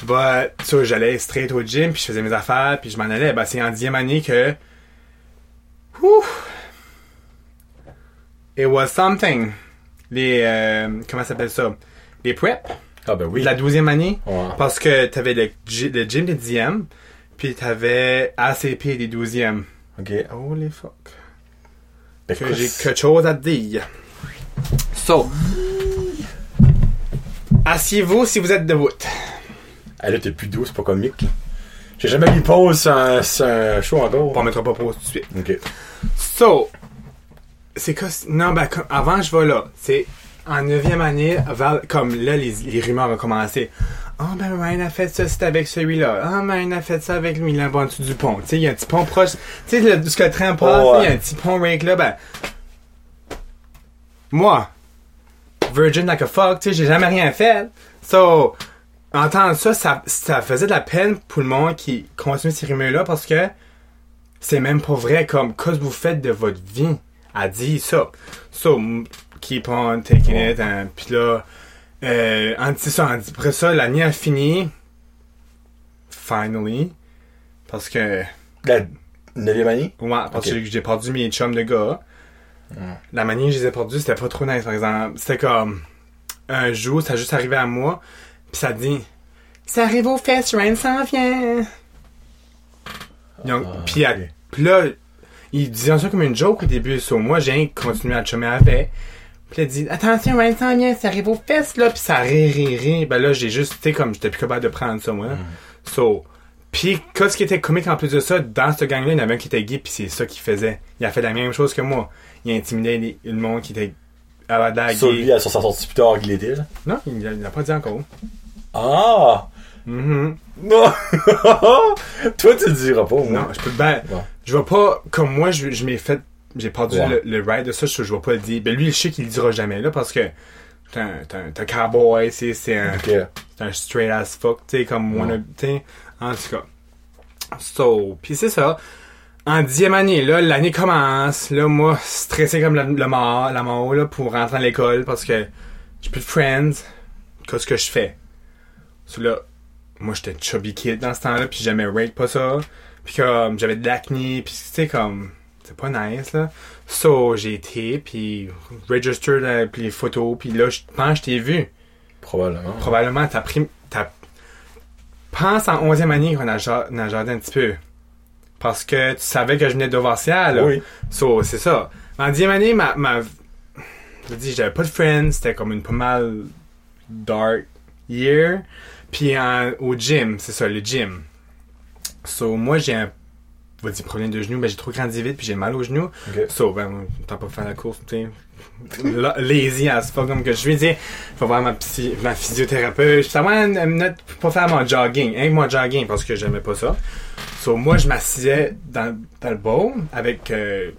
but, so, j'allais straight au gym, puis je faisais mes affaires, puis je m'en allais, ben, c'est en dixième année que, ouf, it was something. Les, euh, comment ça s'appelle ça? Les prep? Ah ben oui. de la douzième année Ouais. parce que t'avais le, gy- le gym des dixièmes puis t'avais ACP des douzièmes OK. oh les fuck Ben, que écoute, j'ai quelque chose à te dire so assieds-vous si vous êtes debout Ah, là, t'es plus doux, c'est pas comique, là. J'ai jamais mis pause sur un, sur un show encore. on mettra pas pause tout de suite OK. so c'est que non ben comme- avant je vais là c'est en neuvième année vers- comme là les, les rumeurs ont commencé Ah, ben Ryan a fait ça, c'est avec celui-là. Ah, ben Ryan a fait ça avec lui, là, en dessous du pont. Tu sais, il y a un petit pont proche. Tu sais, le- ce que le train passe, Oh, ouais. il y a un petit pont rank là, ben. Moi, virgin like a fuck, tu sais, j'ai jamais rien fait. So, entendre ça, ça, ça faisait de la peine pour le monde qui continue ces rumeurs-là parce que c'est même pas vrai comme, qu'est-ce que vous faites de votre vie? A dit ça. So, m- keep on taking it, hein, pis là, euh, en- c'est ça, en- après ça, l'année a fini. finally. Parce que. La 9 année? Ouais, parce Ok. que j'ai perdu mes chums de gars. La manière que je les ai perdus, c'était pas trop nice, par exemple. C'était comme. Un jour, ça a juste arrivé à moi, puis ça dit. Ça arrive aux fesses, Ryan s'en vient! Donc, puis à- ok. puis là, il disait ça comme une joke au début, sur moi, j'ai continué à chummer avec. Puis là, il dit, attention, Ryan s'en vient, ça arrive aux fesses, là, puis ça rit, rit, rit. Ben là, j'ai juste, tu sais, comme, j'étais plus capable de prendre ça, moi. là. So, puis, qu'est-ce qui était comique en plus de ça, dans ce gang-là, il y en avait un qui était gay, puis c'est ça qu'il faisait. Il a fait la même chose que moi. Il intimidait les- le monde qui était à la Sur lui, gay. elle sur sa sortie plus tard, il était, là. Non, il l'a- il l'a pas dit encore. Ah! Mhm. Non! Toi, tu le diras pas, moi. Non, je peux ben, Ouais. je vais pas, comme moi, je, je m'ai fait, j'ai perdu Ouais. le, le ride de ça, je, je vais pas le dire. Ben, lui, je sais qu'il le dira jamais, là, parce que t'es un, t'es un- t'es un cowboy, c'est, c'est un, Ok. c'est un straight as fuck, tu sais, comme Ouais. on a, en tout cas. So, pis c'est ça. En dixième année, là, l'année commence. Là, moi, stressé comme la, le mort, la mort, là, pour rentrer à l'école parce que j'ai plus de friends. Qu'est-ce que je fais? So, là, moi, j'étais chubby kid dans ce temps-là, puis j'aimais rate pas ça. Puis comme, j'avais de l'acné, puis tu sais, comme, c'est pas nice, là. So, j'ai été, puis registered, euh, puis les photos, puis là, je pense que je t'ai vu Probablement. probablement t'as pris t'as pense en 11e année qu'on a, ja- on a jardé un petit peu parce que tu savais que je venais de Vancia, là Oui. so c'est ça en 10e année ma, ma... je dis j'avais pas de friends c'était comme une pas mal dark year puis en- au gym c'est ça le gym so moi j'ai un on va dire problème de genou mais j'ai trop grandi vite puis j'ai mal au genou Ok. So, ben, t'as pas fait la course, tu sais. La- Lazy as fuck, comme que je lui dis, faut voir ma, psy, ma physiothérapeute. Ça va une minute pour faire mon jogging, hein, mon jogging, parce que j'aimais pas ça. So, moi, je m'assisais dans, dans le bowl avec, euh,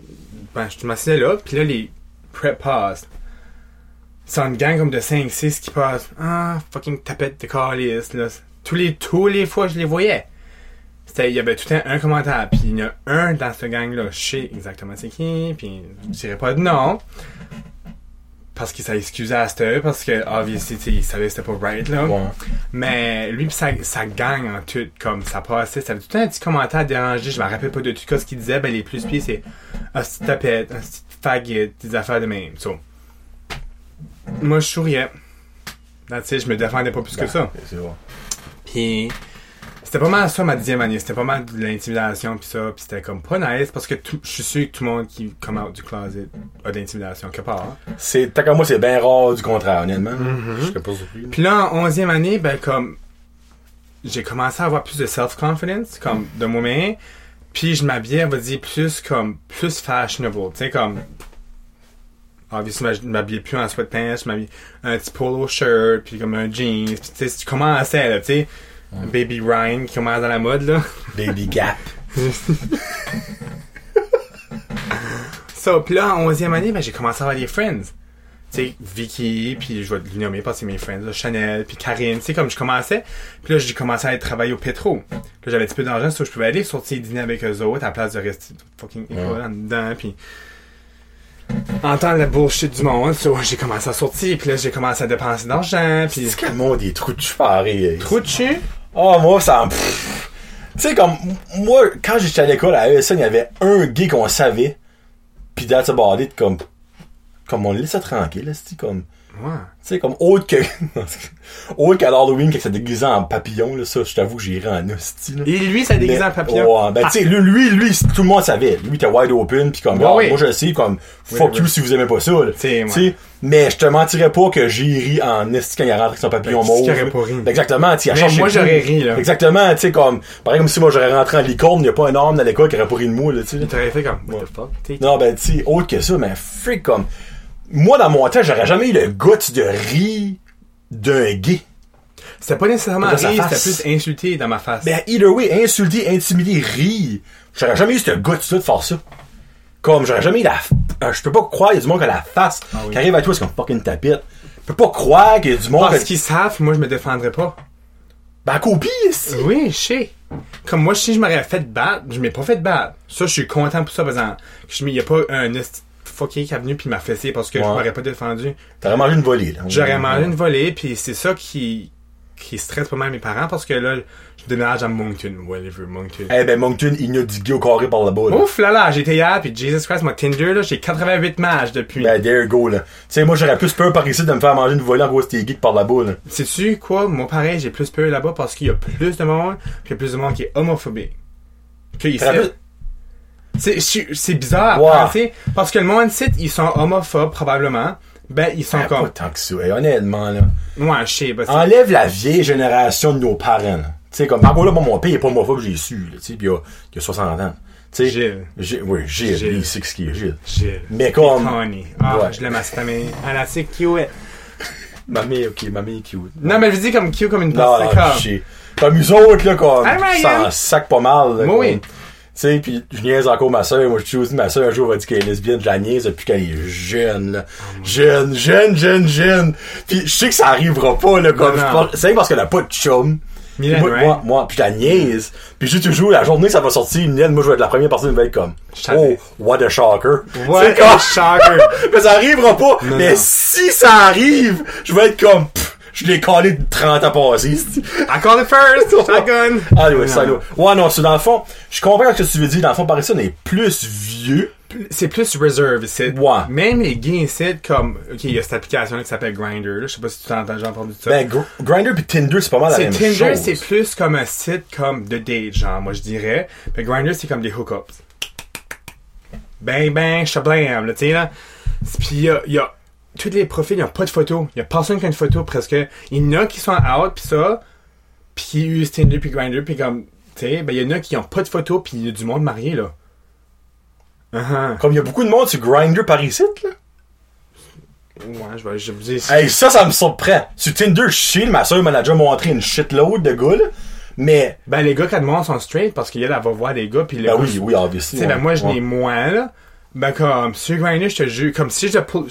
ben, je m'assisais là, puis là, les prep passent. C'est une gang comme de 5-6 qui passent. Ah, fucking tapette de calice, là. Tous les, tous les fois, je les voyais. C'était- Il y avait tout le temps un commentaire, puis il y en a un dans ce gang-là, je sais exactement c'est qui, puis je dirais pas de nom. Parce qu'il s'est excusé à cette heure, parce que, obviously, tu sais, il savait que c'était pas right, là. Ouais. Mais lui pis ça, ça gagne en tout, comme ça passait. Ça avait tout le temps un petit commentaire dérangé, je me rappelle pas de tout cas ce qu'il disait, ben les plus pieds c'est ah, un petit tapette, un petit faggot, des affaires de même. So, moi je souriais. Là, tu sais, je me défendais pas plus que ça. C'est bon. Puis c'était pas mal ça ma dixième année, c'était pas mal de l'intimidation puis ça, puis c'était comme pas nice parce que tout- je suis sûr que tout le monde qui come out du closet a de l'intimidation quelque part. C'est, tant qu'à moi, c'est bien rare du contraire, honnêtement. Mm-hmm. Je serais pas surpris. Puis là, en 11e année, ben, comme, j'ai commencé à avoir plus de self-confidence, comme, de moi-même. Puis je m'habillais, on va dire, plus comme, plus fashionable. Tu sais, comme, obviously, je m'habillais plus en sweatpants, je m'habillais un petit polo shirt, puis comme un jeans. Puis tu sais, si tu commençais, là, tu sais, Baby Ryan qui commence dans la mode, là. Baby Gap. Ça, puis là, en 11e année, ben, j'ai commencé à avoir des friends. Tu sais, Vicky, puis je vais le nommer parce que c'est mes friends, là, Chanel, puis Karine, tu sais, comme je commençais. Puis là, j'ai commencé à aller travailler au pétro. Puis Là, j'avais un petit peu d'argent, so je pouvais aller sortir dîner avec eux autres à la place de rester fucking école en dedans, puis entendre la bullshit du monde. So, j'ai commencé à sortir, puis là, j'ai commencé à dépenser d'argent, puis... C'est que le monde est trou de chuparé. Trop de chien. Oh, moi, ça me- pfff. Tu sais, comme, moi, quand j'étais à l'école à ESN, il y avait un gay qu'on savait. Pis that's about it, comme, comme on le laissait tranquille, c'est comme, Ouais. tu sais, comme, autre que, autre qu'à l'Halloween, quand il s'est déguisé en papillon, là, ça, je t'avoue, j'irai en hostie, là. Et lui, ça déguisé en papillon. Ouais, ben, tu sais, lui, lui, lui, c'est- tout le monde savait. Lui, était wide open, puis comme, Ouais, ah, oui. moi, je le sais, comme, fuck oui. you si vous aimez pas ça, là. T'sais, ouais. T'sais, mais je te mentirais pas que j'ai ri en esti quand il a rentré son papillon Ben, mauve. c'est qu'il aurait pas ri. Ben, Exactement, tu sais, à Mais chaque moi, chez- j'aurais ri, là. Exactement, tu sais, comme, pareil comme si moi, j'aurais rentré en licorne, il y a pas un homme dans l'école qui aurait pas ri de moi, là, tu sais. Il t'aurait fait comme, what the fuck, tu sais. Non, ben, tu sais, autre que ça, mais freak, comme, moi, dans mon temps, j'aurais jamais eu le goût de rire d'un gay. C'était pas nécessairement Dans rire, sa c'était face. plus insulté dans ma face. Ben, either way, insulter, intimider, rire. J'aurais jamais eu ce gars-là de faire ça. Comme, j'aurais jamais eu la. f- euh, Je peux pas croire qu'il y a du monde qui a la face Ah oui. qui arrive à toi, c'est comme fucking tapette. Je peux pas croire qu'il y a du monde Parce qui. qu'ils savent, moi, je me défendrais pas. Ben, copie, ici. Oui, je sais. Comme moi, si je m'aurais fait battre, je m'ai pas fait battre. Ça, je suis content pour ça, par exemple. Il n'y a pas un esti de fucké qui est venu puis m'a fessé parce que je Ouais. m'aurais pas défendu. Mhm. T'aurais mangé une volée, là. J'aurais mangé une volée, puis c'est ça qui qui stresse pas mal mes parents parce que là, je déménage à Moncton, whatever, Moncton. Eh ben, Moncton, il y a du gay au carré par là-bas, là. Ouf là là, j'étais hier, puis Jesus Christ, mon Tinder, là, j'ai 88 matchs depuis. Ben, there you go, là. Tu sais, moi, j'aurais plus peur par ici de me faire manger une volée en gros c'était gay que par là-bas, là. Sais-tu quoi? Moi, pareil, j'ai plus peur là-bas parce qu'il y a plus de monde, puis il y a plus de monde qui est homophobique. Que ici. Rappelle- C'est- C'est c'est bizarre à Wow. penser, parce que le monde ici, ils sont homophobes, probablement. Ben, ils sont Ah, Pas comme... tant que ça, eh, honnêtement, là. Ouais, je sais, bah, c'est- Enlève la vieille génération de nos parents, là. Tu sais, comme, par contre, là, moi, mon père, il est pas homophobe, j'ai su, là. Tu sais, pis il y a, il y a 60 ans. Tu sais. Gilles. Gilles. Oui, Gilles. Gilles. lui, Il sait ce qu'il est, Gilles. Gilles. Mais comme. Connie. Ah, Ouais. je l'aime à cette famille. Elle a assez cute. Mamie, ok, mamie est cute. Non, mais je dis comme cute comme une Non, petite non, comme... chier. Comme eux autres, là, comme, Ah, Ryan. ça en sac pas mal, là. Oui, comme, oui. Tu sais, pis je niaise encore ma soeur. Moi, je suis aussi ma soeur, un jour, elle va dire qu'elle est lesbienne, je la niaise depuis qu'elle est jeune, là. Jeune, jeune, jeune, jeune. Pis je sais que ça arrivera pas, là, comme, Non, je non. pense- c'est parce qu'elle a pas de chum. Mylène, moi, right? moi, moi, pis je la niaise. Pis j'ai toujours, la journée que ça va sortir, Mylène, moi, je vais être la première personne qui va être comme, oh, savais. what a shocker. What C'est comme- a shocker. mais ça arrivera pas. Non, mais non. si ça arrive, je vais être comme, pff, je l'ai collé de 30 ans passés. c'ti. I call it first! Shotgun! Ah oui, Non, ça non. là. Ouais, non, c'est dans le fond, je comprends ce que tu veux dire. Dans le fond, par ici, on est plus vieux. C'est plus reserve ici. Ouais. Même les gays ici, comme... OK, il y a cette application-là qui s'appelle Grindr. là. Je sais pas si tu t'entends déjà parler de ça. Ben, Gr- Grindr pis Tinder, c'est pas mal la c'est même Tinder, chose. c'est plus comme un site comme de date, genre, moi je dirais. Mais Grindr, c'est comme des hookups. Ben, Bang, bang, shablam, là, tu sais, là. Puis il y a, il y a- Tous les profils, il n'y a pas de photo. Il n'y a personne qui a une photo presque. Il y en a qui sont out, puis ça. Puis qui usent Tinder, puis Grindr, puis comme. Tu sais, ben il y en a qui n'ont pas de photo, puis il y a du monde marié, là. Uh-huh. Comme il y a beaucoup de monde sur Grindr par ici, là. Ouais, je vais je vais vous dire. Hey, ça, ça me surprend. Sur Tinder, je chill, ma soeur m'a déjà montré une shitload de gars, là. Mais, Ben, les gars, quand le monde sont straight, parce qu'elle, elle va voir les gars, puis le ben gars, oui, oui, obviously. Tu sais, ouais, ben moi, je ouais. n'ai moins, là. Ben, comme, sur Grindr, je te jure, comme si je te pull...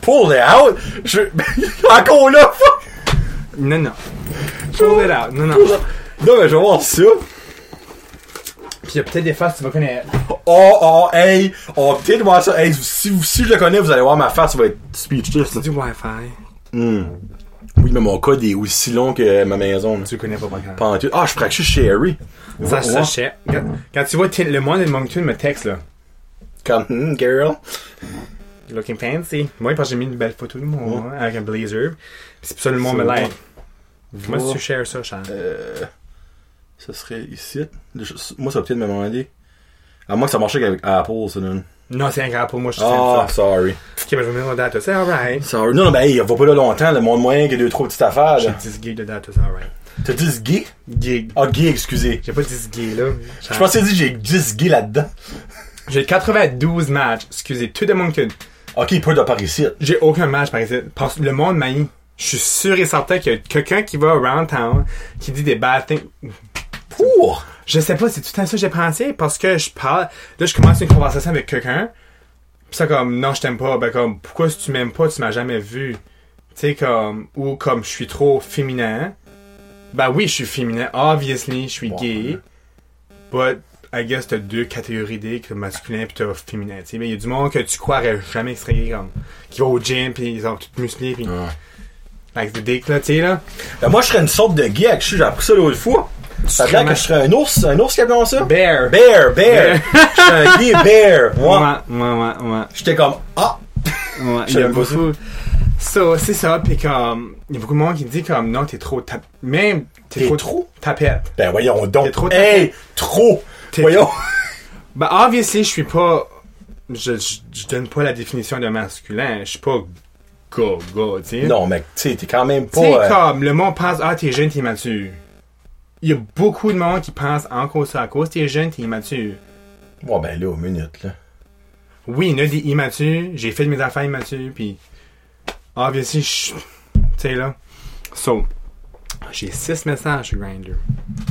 Pull it out! Je... Encore là, fuck! Non, non. Pull it out. Non, non. Non, mais je vais voir ça. Pis il y a peut-être des faces que tu vas connaître. Oh, oh, hey, on va peut-être voir ça. Hey, si, vous- si je le connais, vous allez voir ma face, ça va être speechless. là. Du Wi-Fi. Oui, mais mon code est aussi long que ma maison. là. Tu le connais pas, par exemple. Pantoute. Ah, je fracture chez Harry. Ça, ça, je sais. Quand, quand tu vois Tin- le monde de Moncton me texte, là. Comme, hmm, girl. You're Looking fancy. Moi, parce que j'ai mis une belle photo de moi, hein, avec un blazer. Pis c'est pour ça que le monde me C'est l'aide. Comment Voir. tu shares ça, Charles? Euh, ça serait ici. Je- Moi, ça va peut-être me demander. À moins que ça marche avec Apple, ça donne. Non, c'est incroyable pour moi, je suis Ah, ça. sorry. Ok, ben, je vais mettre mon data. C'est alright. Sorry. Non, non, ben, hey, on va pas là longtemps, le monde moyen qu'il y a deux, trois petites affaires, J'ai là. 10 gigs de data, c'est alright. T'as 10 gays? Gig. Ah, gay, excusez. J'ai pas 10 gigs, là. Je pensais que j'ai 10 gays là-dedans. J'ai 92 matchs, excusez, tout de Moncton. Ok, peu de par ici. J'ai aucun match par ici. Parce que le monde m'haït. Je suis sûr et certain qu'il y a quelqu'un qui va around town, qui dit des bad things. Pour! Je sais pas, c'est tout le temps ça que j'ai pensé, parce que je parle, là, je commence une conversation avec quelqu'un, pis ça comme, non, je t'aime pas, ben comme, pourquoi si tu m'aimes pas, tu m'as jamais vu? Tu sais, comme, ou comme, je suis trop féminin. Ben oui, je suis féminin, obviously, je suis Ouais. gay. But, I guess, t'as deux catégories d'idées, que masculin pis t'as féminin, tu sais. Mais y a du monde que tu croirais jamais que ce serait gay, comme, qui va au gym pis ils ont tout musclés pis, Ouais. like the dick, là, tu sais, là. Ben, moi, je serais une sorte de gay, actually, j'ai appris ça l'autre fois. Ça veut dire que je serais un ours, un ours qui appelait ça? Bear. Bear, bear. Je serais un gay bear. Ouais, Moi, ouais, ouais, ouais. j'étais comme, ah! Ouais, Je il y a savais pas ça. beaucoup. Ça, c'est ça. Puis comme, il y a beaucoup de monde qui dit comme, non, t'es trop tap... Même, t'es T'es trop, trop? tapette. Ben, voyons T'es donc. trop hey, trop. T'es voyons. Ben, obviously, je suis pas... Je, je, je donne pas la définition de masculin. Je suis pas go, go, tu sais. Non, mec, tu sais, t'es quand même Tu pas. sais, euh, comme, le monde pense, ah, t'es jeune, t'es immature. Il y a beaucoup de monde qui pense encore ça. À cause t'es jeune, t'es immature. Ouais, ben là, aux minutes, là. Oui, il y en a des immatures. J'ai fait de mes affaires immatures, puis... Obviously, je... Tu sais, là. So, j'ai six messages sur Grindr.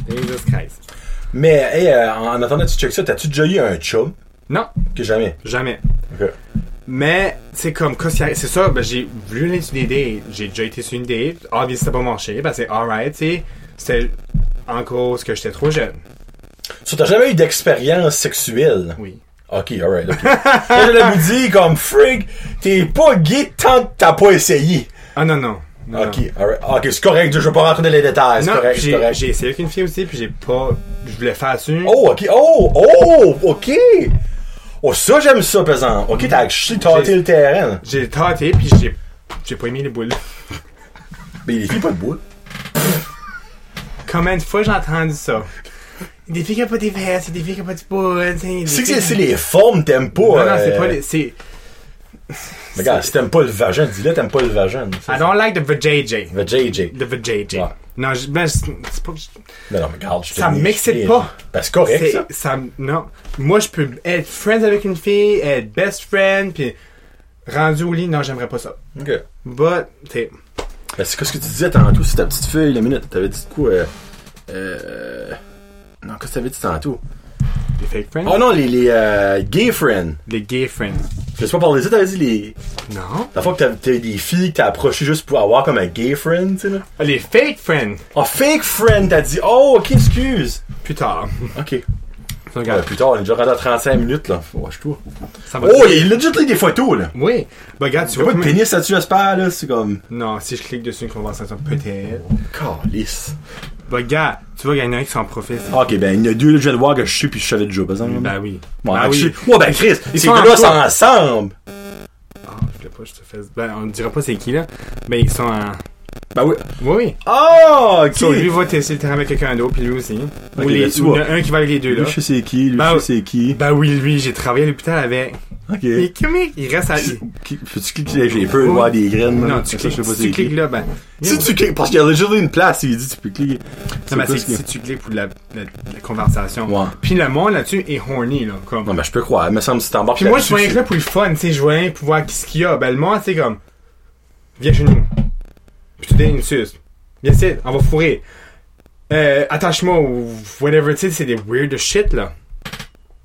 Jesus Christ. Mais, hey, euh, en attendant, que tu check ça. T'as-tu déjà eu un chum? Non, Que jamais. jamais. Ok. Mais, c'est comme, quand c'est c'est ça, ben, j'ai voulu aller sur des dates. J'ai déjà été sur une date. Obviously, ça n'a pas marché. Ben, c'est alright, tu sais. C'était en cause que j'étais trop jeune. So, t'as jamais eu d'expérience sexuelle? Oui. Ok, alright, ok. Moi, je l'ai vous dit, comme, frig, t'es pas gay tant que t'as pas essayé. Ah non, non. Non, ok, alright. Ok, c'est correct, je vais pas rentrer dans les détails. C'est Non, correct, puis c'est j'ai correct. j'ai essayé avec une fille aussi, puis j'ai pas. Je voulais faire dessus. Oh, ok, oh, oh, ok. Oh, ça, j'aime ça, pesant. Ok, t'as chié tâté Mm-hmm. J'ai- le terrain. J'ai tâté, puis j'ai. J'ai pas aimé les boules. Mais il filles pas de boule. Combien de fois j'ai entendu ça? Des filles qui ont pas des vestes, des filles qui ont pas de boules. Tu C'est que c'est- c'est les formes, t'aimes pas. Non, non, c'est euh, pas les. C'est. Mais regarde, si t'aimes pas le vagin, dis-le, t'aimes pas le vagin. I don't like the vajayjay. Le JJ. The vajayjay. Ouais. Non, je- ben, c'est c'est pas. Non, non, mais regarde, je te Ça dis, je m'excite dis, pas. Ben, c'est correct, C'est- ça. ça me- non. Moi, je peux être friends avec une fille, être best friend, puis rendu au lit, non, j'aimerais pas ça. Ok. Ben, But, t'sais, c'est quoi ce que tu disais tantôt sur ta petite fille, la minute? T'avais dit de quoi? Euh. euh... Non, qu'est-ce que t'avais dit tantôt? les fake friends, Oh non, les, les euh, gay friends. les gay friends. Je sais pas parler de ça, t'avais dit les. Non. La fois que t'as- t'as des filles que t'as approchées juste pour avoir comme un gay friend, tu sais, là. Ah, Les fake friends, Oh, fake friend, t'as dit. Oh, ok, excuse. plus tard. Ok. Ouais, Regarde, plus tard, on est déjà rendu à 35 minutes, là. Watch-toi. ça va. Oh, il y a legit des photos, là. Oui. Bah, regarde, tu Tu vois vois. pas de comment- pénis là-dessus, j'espère, là. C'est comme. Non, si je clique dessus une conversation, peut-être. Calice. Bah, regarde, tu vois, il y en a un qui sont en profil. Ok, ben, il y en a deux, là, je viens de voir que je sais, puis je savais déjà, par exemple. Ben oui. Bon, ben ben, oui. je- Ouais, ben, Chris, Ils ces sont deux-là en sont couple. ensemble. Ah, je voulais pas, je te fais. Ben, on dira pas c'est qui, là. Ben, ils sont en. Ben oui. Oui, oui. Ah, ok. So, lui va tester le terrain avec quelqu'un d'autre, puis lui aussi. Ok, Ou les- là, tu ou vois. il y en a un qui va avec les deux, Lui, là. je sais c'est qui, lui, Ben je oui. sais c'est qui. Ben oui, lui, j'ai travaillé à l'hôpital avec. Ok. Il est comique, il reste à. il- Qui- Peux-tu cliquer? J'ai peur de voir des graines. là. Non, tu Ça, je cliques, sais pas si c'est tu qui. cliques là, ben. Si tu cliques, parce qu'il y a déjà une place, il dit tu peux cliquer. Non, mais quoi c'est ce que- si tu cliques pour la, la, la conversation. Ouais. Puis le monde là-dessus est horny, là. Comme. Non, mais je peux croire, il me semble que si t'embarques Puis moi, je là-dessus, voyais c'est- que là pour le fun, tu sais, je voyais pour voir qu'est-ce qu'il y a. Ben, le monde, c'est comme. Viens chez nous. Puis tu donnes une suce. Viens ici, on va fourrer. Euh, attache-moi ou whatever, tu sais, c'est des weird shit, là.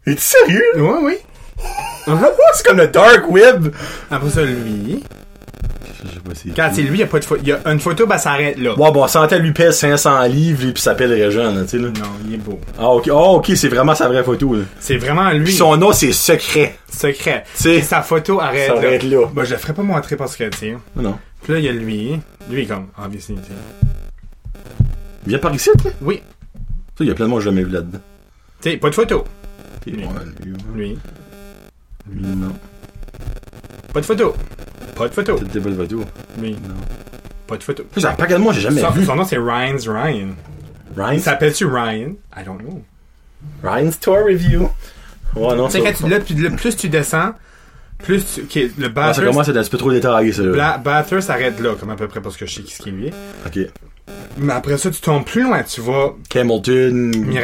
Es-tu sérieux? Ouais, oui. Uh-huh. C'est comme le dark web! Après ça, lui. Je sais pas c'est Quand qui. c'est lui, il y a pas de photo. Il y a une photo, ben, ça arrête là. Ouais, bon, on sentait lui pèse 500 livres, lui, pis s'appelle Réjean, là, tu sais, là. Non, il est beau. Ah, ok, oh, ok, c'est vraiment sa vraie photo, là. C'est vraiment Puis lui. son nom, c'est Secret. secret. sais, Et sa photo arrête ça là. arrête là. Bah, je la ferai pas montrer parce que, tu sais. Ah, Non. Puis là, il y a lui. Lui, il est comme, obviously, tu sais. Il vient par ici, là? Oui. Ça, il y a plein de monde que j'ai jamais vu là-dedans. Tu sais, pas de photo. Puis, Lui. ouais, lui, ouais. Lui. Lui, non. Pas de photo. Pas de photo. Peut-être des belles photos. Lui. Non. Pas de photo. Ça, un paquet de monde, j'ai jamais Son, vu. son nom, c'est Ryan's Ryan. Il Ryan's, s'appelle-tu Ryan? I don't know. Ryan's Tour Review. Ouais, non, Tu sais, ça- quand tu, là, puis le plus tu descends, plus tu, ok, le Ah, ça commence Bathurst, à être un petit peu trop détaillé, ça, là. Bla- Bathurst arrête là, comme à peu près, parce que je sais qui ce qui lui est. Ok. Mais après ça, tu tombes plus loin, tu vas, Camelton, Miramichi.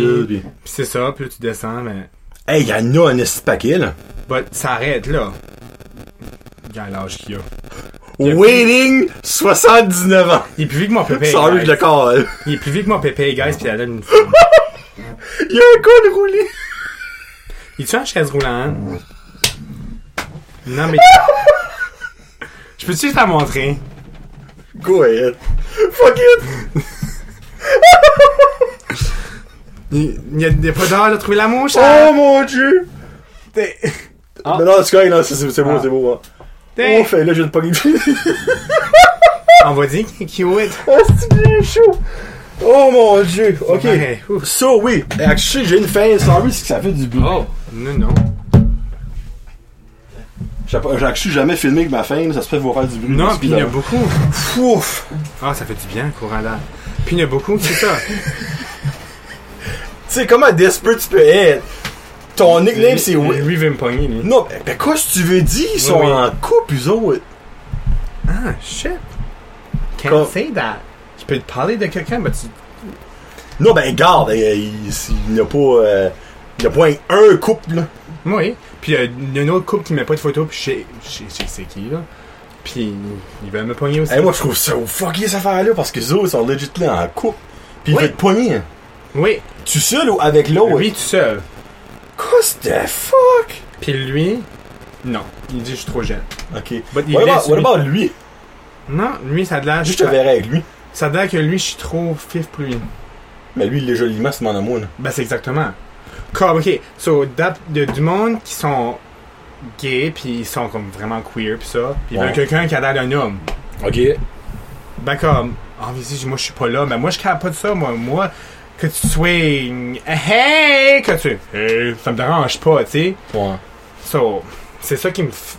Peninsula, pis... pis c'est ça, puis là, tu descends, mais, Hey, y'en a un esti de paquet, là. but, ça arrête là. Il a l'âge qu'il a. Ben, Waiting 79 ans. Il est plus vieux que mon pépé, Sorry, guys. je le colle. Il est plus vieux que mon pépé, guys, pis il a donné une Il y a un col roulé. Il tue en chaise roulante. Non, mais. Je peux-tu te la montrer? Go ahead. Fuck it. Il n'y a, il y a pas d'heure de trouver l'amour, Oh Charles! mon dieu. Oh! T'es- Ah. Non, non, c'est correct, non, c'est c'est- c'est beau, Ah. c'est beau. t'es- Ouais. Oh, fait, là, j'ai une pognée. On va dire qu'il est cute. Oh, c'est bien chaud. Oh mon dieu. Ok. Ouais, ouf. So, oui. Actually, j'ai une fin. Sorry, c'est que ça fait du bruit. Oh! Non, non. J'ai pas- j'ai actually jamais filmé avec ma fin, ça se peut vous faire du bruit. Non, Parce pis que il y en là- a beaucoup. Pouf. Ah, ça fait du bien, courant là. Pis il y en a beaucoup, c'est ça. Tu sais, comment desperate tu peux être? Ton nickname, c'est Lui, Waiting. lui veut me pogner, lui. Non, ben, ben quoi, si tu veux dire, ils sont Oui, oui. en couple, eux autres. Ah, shit. Can't Comme- say that. Je peux te parler de quelqu'un, mais tu. Non, ben, garde, euh, il il n'y a pas. euh, il n'y a pas un, un couple, là. Oui. Puis il y a- il y a une autre couple qui met pas de photo, puis je sais- je sais- je sais c'est qui, là. Pis il veut me pogner aussi. Hey, Eh, moi, je trouve ça fucké, cette affaire-là, parce que les autres sont legitly en couple. Puis ils Oui. Ben veulent te pogner. Oui. Tu seul ou avec l'autre? Lui tout seul. Qu'est-ce que fuck? Puis lui, non. Il dit je suis trop jeune. Ok. But il What laisse about, what lui. about lui? Non, lui ça a de l'air. Juste, je te verrai avec lui. Ça a de l'air que lui je suis trop fif pour lui. Mais lui, il est joliment, c'est mon amour, là. Ben c'est exactement. Comme ok, so d'ap- de- du monde qui sont gays puis ils sont comme vraiment queer puis ça. Puis ils Ouais. veulent quelqu'un qui a l'air d'un homme. Ok. Ben comme, ah, vas-y, moi je suis pas là, mais moi je capte pas de ça, moi, moi, que tu swings, hey, que tu, hey, ça me dérange pas, tu sais. Ouais. So, c'est ça qui me f-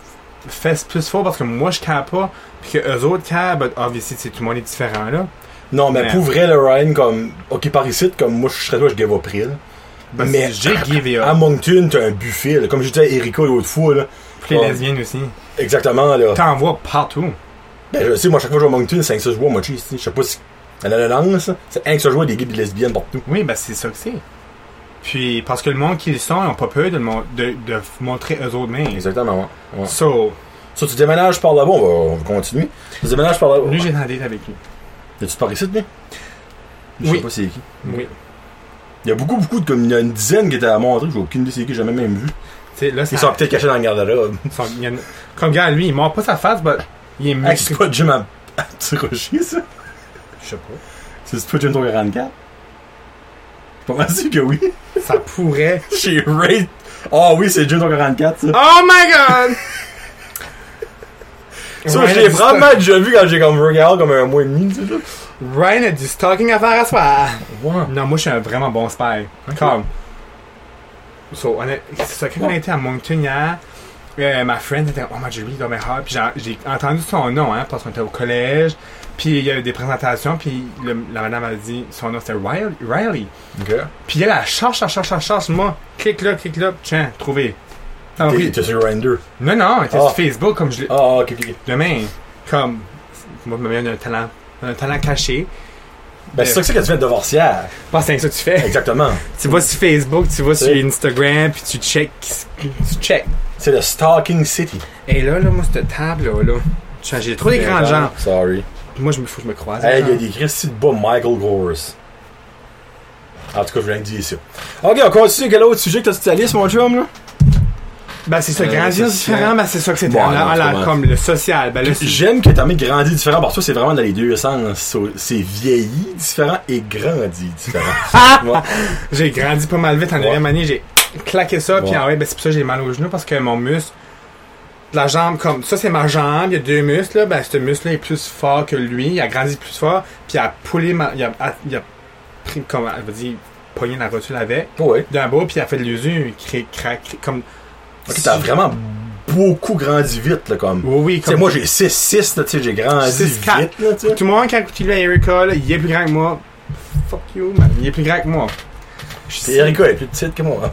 fait plus fort parce que moi je capte pas, puis que eux autres capent, but obviously, tu sais, tout le monde est différent là. Non, mais Mais- pour vrai, le Ryan, comme, ok, par ici, comme moi, je serais toi, je give up real. Parce Mais- que j'ai give À up. Moncton, t'as un buffet, là. Comme je disais à Erika l'autre fois, là. Puis les Ouais. lesbiennes aussi. Exactement, là. T'en vois partout. Ben, je sais, moi, chaque fois que je vais à Moncton, c'est un que ça se voit, moi, tu sais. Je sais pas si. À la lance, c'est un que ça se voit des gays et des lesbiennes partout. Oui, ben c'est ça que c'est. Puis, parce que le monde qu'ils sont, ils ont pas peur de, le mon- de, de montrer eux autres mêmes. Exactement, ouais. ouais. So, Ça, tu déménages par là-bas, on va, on va continuer. Tu déménages par là-bas. lui, j'ai tenté avec lui. Y'a-tu par ici, mais? Je Oui. sais pas c'est qui. Oui. Il y a beaucoup, beaucoup de. Comme il y a une dizaine qui étaient à montrer, j'ai aucune idée c'est qui, j'ai jamais même vu. Tu sais, là, ça- Ils sont peut-être cachés dans le garde-robe. Son- il y en a- comme gars, lui, il mord pas sa face, mais il est Ah, mec. c'est pas Jim à, à Petit Rocher, ça? Je sais pas. C'est pas Jim ton 44? Pas mal sûr que oui. Ça pourrait. J'ai Ray. Ah oui, c'est Jim ton 44, ça. Oh my god! ça, Ryan je a l'ai du vraiment déjà vu quand j'ai comme regardé comme un mois et demi, tu sais. là. stalk- Ryan a du stalking à faire à soi. Ouais. Non, moi, je suis un vraiment bon spy. Comme. So, on est, c'est ça, quand on était à Moncton hier, euh, ma friend était Oh my Julie, dans mes puis j'ai- j'ai entendu son nom, hein, parce qu'on était au collège, puis il y avait des présentations, puis le- la madame a dit son nom c'était Riley. Riley. Ok. Puis elle, elle cherche, elle cherche, elle cherche, moi, clique là, clique là, tiens, trouvé. Ah, T'es- oui. T'es sur Render. Non, non, elle était Ah. sur Facebook, comme je l'ai. Ah, ok, ok. ok. Le même, comme. Moi, je me mets un talent, un talent caché. Ben, c'est ça que c'est que tu fais de divorcière. Pas c'est ça que tu fais. Exactement. Tu vas sur Facebook, tu vas sur Oui. Instagram, puis tu check. Tu check. C'est le Stalking City. Et là, là, moi, cette table, là, là. j'ai- J'ai trop des grandes gens. Sorry. Moi, je me fous, je me croise. Hey, il y a genre. des Christy de bas Michael Gores. En tout cas, je viens de dire ça. Ok, on continue. Quel autre sujet que t'as sur ta liste, mon chum, là? Ben, c'est ça, Euh, grandir social. différent, ben, c'est ça que c'était. Bon, On a- non, on a comment- comme le social. Ben, là, c'est- J'aime que t'as mis grandi différent parce que c'est vraiment dans les deux sens. So, C'est vieilli différent et grandi différent. Ouais. j'ai grandi pas mal vite. En Ouais. deuxième année, j'ai claqué ça, puis Ouais. ah ouais, ben, c'est pour ça que j'ai mal au genou, parce que mon muscle. La jambe, comme ça, c'est ma jambe. Il y a deux muscles, là. Ben, ce muscle-là est plus fort que lui. Il a grandi plus fort, puis il a poulé ma. Il a, il a pris, comme, elle va dire, pogné la rotule avec. Ouais. d'un bout puis elle fait de l'usure, cric, crac, cric, comme. Ok, t'as vraiment beaucoup grandi vite, là, comme. Oui, oui, Tu sais, comme. moi, j'ai 6-6, là, tu sais, j'ai grandi 6-4. vite, là, tu sais. Tout le monde qui a écouté lui à Erika, là, il est plus grand que moi. Fuck you, man. Il est plus grand que moi. Je Puis Erika elle est plus petite que moi.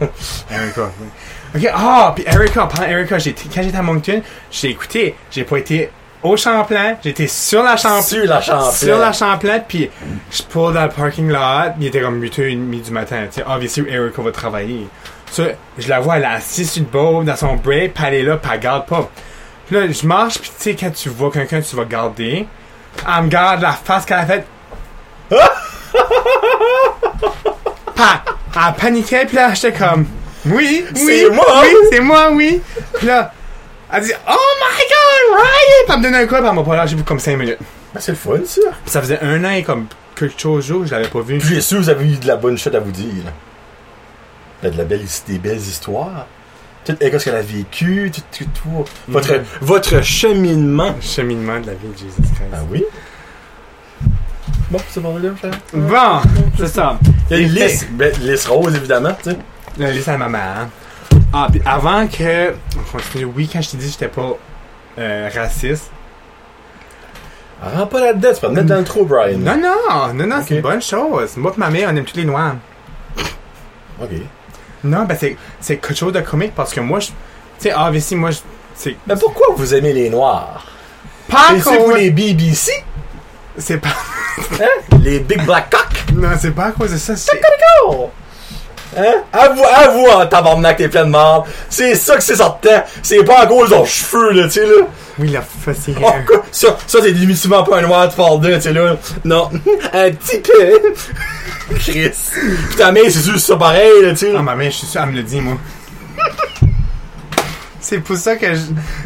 Erika, oui. Ok, ah, puis Erika, pendant Erika, j'ai été- quand j'étais à Moncton, j'ai écouté, j'ai pas été au Champlain, j'étais sur la Champlain. Sur la champlain. Sur la Champlain, puis je pour dans le parking lot, il était comme 8h30 du matin. Tu sais, obviously, Erika va travailler. Ça, je la vois, elle est assise sur le bord, dans son break, puis elle est là, puis elle garde pas. Puis là, je marche, puis tu sais, quand tu vois quelqu'un, tu vas garder. Elle me garde la face qu'elle a faite. pa Elle paniquait, puis là, j'étais comme, oui, oui, C'est moi! oui, c'est moi, oui. Puis là, elle dit, oh my god, Ryan! Puis elle me donne un coup, puis elle m'a pas lâché pour comme 5 minutes. Ben, c'est le fun, ça. Puis ça faisait un an et comme quelque chose jour, je l'avais pas vu. Puis j'ai su que vous avez eu de la bonne shot à vous dire. Ben, de la belle, des belles histoires. Tout et ce qu'elle a vécu, tout, tout, tout. Votre, Mhm. votre cheminement. Cheminement de la vie de Jésus Christ. Ah oui? Bon, c'est bon, là, frère. Bon, c'est ça. Il y a une Il liste. Ben, liste rose, évidemment, tu sais. La liste à maman. hein. Ah, puis avant que. on continue. Oui, quand je t'ai dit que j'étais pas euh, raciste. Rentre pas là-dedans, tu peux te mettre dans le trou, Brian. Non, non, non, non, c'est Ok. une bonne chose. Moi et ma mère, on aime tous les noirs. Ok. Non, ben c'est c'est quelque chose de comique parce que moi, je. Tu sais, ah, mais si, moi, je. C'est Mais Ben, pourquoi vous aimez les noirs? pas Et si vous les BBC? C'est pas. Hein? Les Big Black Cock? Non, c'est pas à cause de ça. c'est- Cool. Hein? Avoue, avoue en tabarnak, t'es plein de marde. C'est ça que c'est certain. C'est pas à cause de leurs cheveux, là, tu sais, là. Oui, la fausse Oh, quoi? ça, ça c'est définitivement pas un noir, tu parles de, tu sais, là. Non. un petit peu. Chris. Putain, mais c'est juste ça pareil, là, tu sais. Ah, là. ma mère, je suis sûr, elle me le dit, moi. c'est pour ça que je,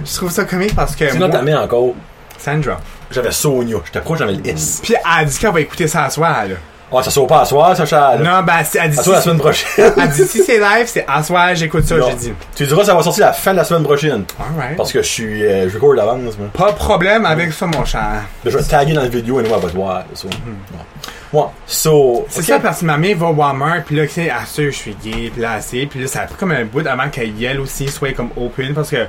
je trouve ça comique parce que. Sinon, moi- t'as mis encore. Sandra. J'avais Sonia. J'étais proche, j'avais le S. Puis elle a dit qu'elle va écouter ça à soir, là. Ah, ça sort pas à soir, ça, Charles. Non, ben, c'est- elle dit, Euh, À si, soir, la semaine prochaine. elle dit, si c'est live, c'est à soir, j'écoute ça, Non. j'ai dit. Tu diras, ça va sortir la fin de la semaine prochaine. Alright. Parce que je suis, euh, je record d'avance, moi. Pas de problème avec ça, mon cher. Mais je vais te taguer dans la vidéo, et nous, elle va te voir. So. Ouais. Ouais. So. Mhm. C'est ok. ça parce que ma mère va au Walmart, puis là, tu sais, ah, ça, je suis gay, puis là, assez, puis là, ça a pris comme un bout avant qu'elle y elle aussi soit comme open, parce que.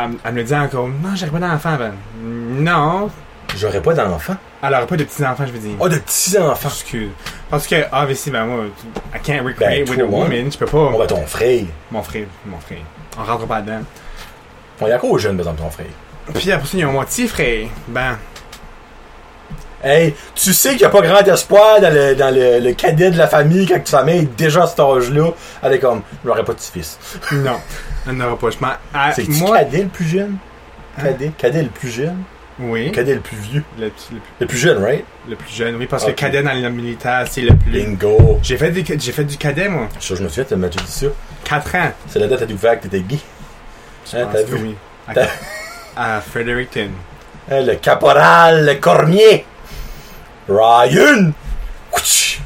Elle, me- elle me dit encore, non, j'aurais pas d'enfant, Ben. Non. J'aurais pas d'enfants. Elle aurait pas de petits-enfants, je veux dire. Ah, de petits-enfants. Excuse. Parce que, obviously, ben moi, I can't recreate Ben, with a toi, woman, je peux On va pas. ton frère. Mon frère, mon frère. On rentre pas dedans. On est encore jeune, par exemple, ton frère. Puis après ça, il y a mon petit frère. Ben, Hey, tu sais qu'il n'y a pas grand espoir dans le, dans le, le cadet de la famille quand ta famille est déjà à cet âge-là. Elle est comme, j'aurais pas de petit-fils. non. Elle n'aura pas. Je m'en- Ah, C'est moi, Hein? cadet le plus jeune? Cadet? Cadet le plus jeune? oui. Cadet le plus vieux? Le, petit- le plus- Le plus jeune, right? le plus jeune, oui, parce Ok. que cadet dans le militaire, c'est le plus. Bingo! J'ai fait, des- j'ai fait du cadet, moi. Ça, je me souviens, t'as m'as déjà dit ça. 4 ans. C'est la date à découvert que t'étais gay. Je Hein, pense t'as que vu? oui. À, T'as- à Fredericton. Hein, le caporal, le cormier! Ryan! Couch!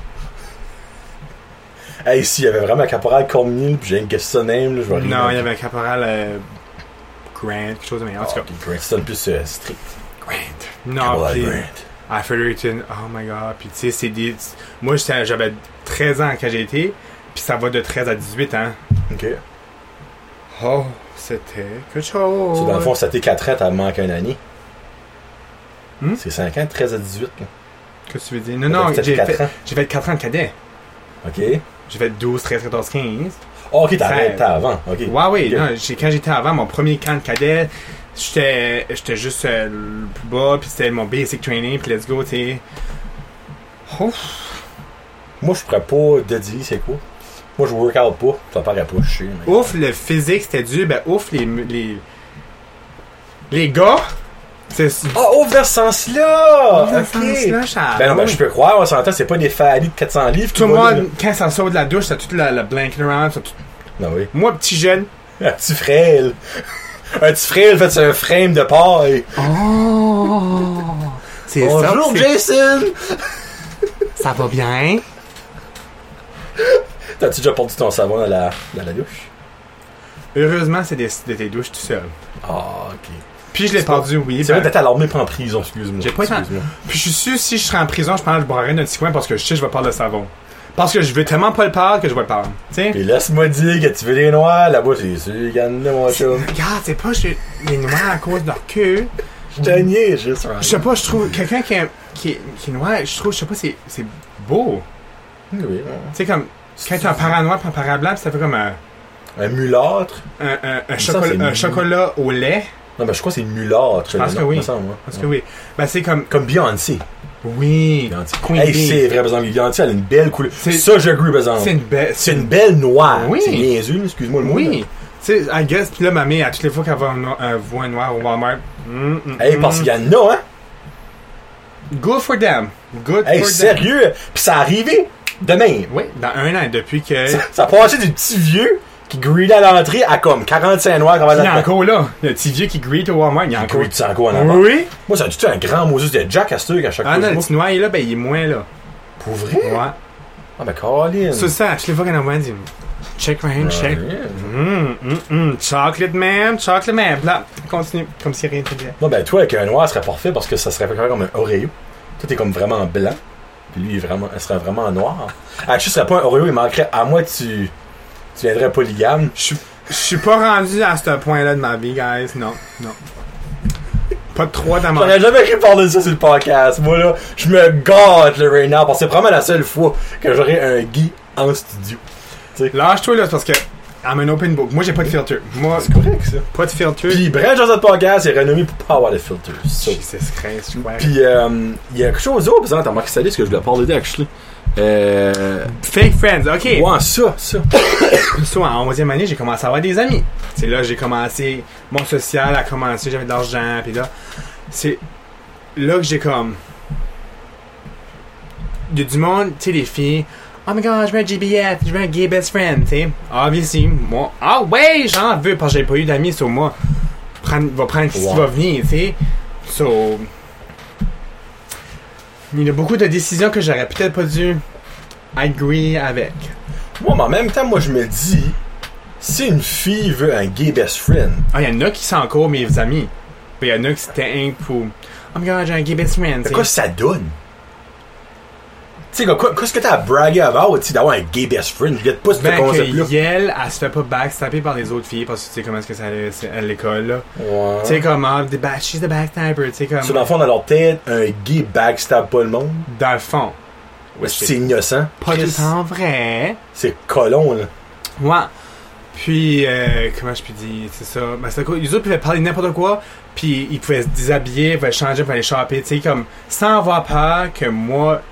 Hey, si, il y avait vraiment un caporal cormier, puis j'ai un question name, là, je vais arriver. Non, il y avait un caporal euh, Grant, quelque chose de meilleur. En tout cas, Ah, Grant, ça sonne Ah, plus euh, strict. Grant. Non, Caporal puis- Grant. à Fredericton. Oh my god. Puis tu sais, c'est des. Moi, j'étais- j'avais 13 ans quand j'ai été. Puis ça va de 13 à 18 ans. Ok. Oh, c'était quelque chose. So, dans le fond, ça t'es 4 ans, t'as manqué une année. Hmm? C'est 5 ans, 13 à 18. là. Qu'est-ce que tu veux dire? Non, T'as non, fait j'ai quatre fait, ans. j'ai fait 4 ans de cadet. Ok. J'ai fait 12, 13, 14, 15. Ah, ok, t'as Cinq. arrêté avant. Ok. Ouais, oui. Ok. Non, j'ai- quand j'étais avant, mon premier camp de cadet, j'étais j'étais juste euh, le plus bas. Puis c'était mon basic training. Puis let's go, tu sais. Ouf. Moi, je pourrais pas te dire c'est quoi. Moi, je workout pas. Ça paraît pas, je sais. mais- Ouf, le physique, c'était dur. Ben, ouf, les. mu- Les, les gars. C'est Ah, oh, vers ce sens-là! Dans ok. ce sens-là, Charles. Ben non, ben je peux croire, on s'entend, c'est pas des falis de 400 livres. Tout le qui vont monde, quand ça sort de la douche, t'as toute la, la blanket around. t'as tout- dire- Non, oui. Moi, petit jeune. Un petit frêle. un petit frêle fait sur un frame de paille. Oh! C'est Bonjour, Jason! Ça va bien? T'as-tu déjà porté ton savon dans la, dans la douche? Heureusement, c'est des, de tes douches tout seul. Ah, ok. Puis je l'ai perdu, oui. C'est ben- vrai, t'étais à l'armée, pas en prison, excuse-moi. J'ai pas été en- Excuse-moi. Puis je suis sûr, si je serais en prison, je pense que je boirais d'un petit coin parce que je sais que je vais perdre le savon. Parce que je veux tellement pas le perdre que je vais le perdre. Tu sais? Puis laisse-moi dire que tu veux des noirs, là-bas, c'est sûr, gagne mon chum. Regarde, c'est pas chez les noirs à cause de leur queue. Je te niais, juste, Je right? sais pas, je trouve. Quelqu'un qui, est- qui, est- qui est noir, je trouve, je sais pas, c'est c'est beau. Oui, Tu sais, comme. Quand t'es un parent noir, puis un parent blanc, puis ça fait comme un. Un mulâtre. un, un, un, Ça, c'est chocolat, un mignon. chocolat au lait. Non, mais je crois que c'est mulâtre. Je pense que oui. Parce que oui. Ben, c'est comme. Comme Beyoncé. Oui. Beyoncé. Queen hey, Bee. c'est vrai, par exemple, Beyoncé, elle a une belle couleur. C'est- Ça, j'agree, par exemple. C'est une belle. C'est une belle noire. Oui. C'est niaiseux, excuse-moi le mot. Oui. Tu sais, I guess. Puis là, ma mère, à toutes les fois qu'elle voit un, no- euh, voit un noir au Walmart. mm, mm, là. Hey, mm. parce qu'il y en a, hein? Good for them. Good Hey, for them. sérieux? Puis ça arrivait demain. Oui, dans un an, depuis que. Ça, ça passait du petit vieux qui greedait à l'entrée à comme 45 noirs quand Il même. est encore là. Le petit vieux qui greet au Walmart, il est encore. Greed, c'est encore en avant. Oui. Moi, ça a dû être un grand Moses de Jack Astor à chaque Ah fois. non, que le je petit noir, il est là, ben il est moins là. vois. Pour vrai? Ouais. Ah, ben, Colin. C'est ça, à toutes les fois qu'elle en voit, elle dit Check Ryan, check. Mm, mm, mm. Chocolate man, chocolate man. Là, continue, comme si rien n'était. Non, ben toi, avec un noir, ça serait parfait parce que ça serait quand même comme un Oreo. Toi, t'es comme vraiment blanc. Puis lui, il est vraiment, il serait vraiment noir. Ah, tu serais pas un Oreo, il manquerait. À moi, tu. Tu viendrais polygame. Je suis- je suis pas rendu à ce point-là de ma vie, guys. Non, non. Pas de trois dans ma J'aurais jamais pu parler de ça sur le podcast. Moi, là, je me gâte, le right now, parce que c'est probablement la seule fois que j'aurai un Guy en studio. Lâche-toi là, c'est parce que I'm an open book. Moi, j'ai pas de filtre. Moi, C'est correct, ça. pas de filtre. Puis, bref, dans notre podcast, il est renommé pour pas avoir de filters. So. Jesus Christ, ouais. Puis, euh, il y a quelque chose d'autre, par exemple, t'as marqué ça liste que je voulais parler d'Ashley. Euh. Fake friends, ok. Ouais, ça, ça. So, en 11e année, j'ai commencé à avoir des amis. C'est là que j'ai commencé. Mon social a commencé, j'avais de l'argent, puis là. C'est là que j'ai comme. Il y a du monde, tu sais, les filles. Oh my god, je veux un GBF, je veux un gay best friend, tu sais. Obviously, moi. Ah ouais, j'en veux, parce que j'ai pas eu d'amis sur moi. Prendre, va prendre qui Wow. va venir, tu sais. So. Il y a beaucoup de décisions que j'aurais peut-être pas dû agree avec. Moi, mais en même temps, moi, je me dis, si une fille veut un gay best friend, Ah, il y en a qui sont encore mes amis. Puis il y en a qui c'était un pour. Oh my god, j'ai un gay best friend. qu'est-ce que ça donne? Tu sais, quoi- quoi- qu'est-ce que t'as à braguer avant, tu sais, d'avoir un gay best friend? Je guette pas ce Ben, concept-là. que Yel, elle se fait pas backstabber par les autres filles parce que tu sais comment est-ce que ça allait c'est à l'école, là. Ouais. Tu sais, comme, ah, the back- she's the backstabber, tu sais, comme. Sur l'enfant dans leur tête, un gay backstab pas le monde. Dans le fond. C'est innocent. Pas tout Chris, le temps vrai. C'est colon, là. Ouais. Puis, euh, comment je peux dire, c'est ça. Ben, c'est quoi, les autres pouvaient parler de n'importe quoi, puis ils pouvaient se déshabiller, ils pouvaient changer, ils pouvaient aller choper, tu sais, comme, sans avoir peur que moi.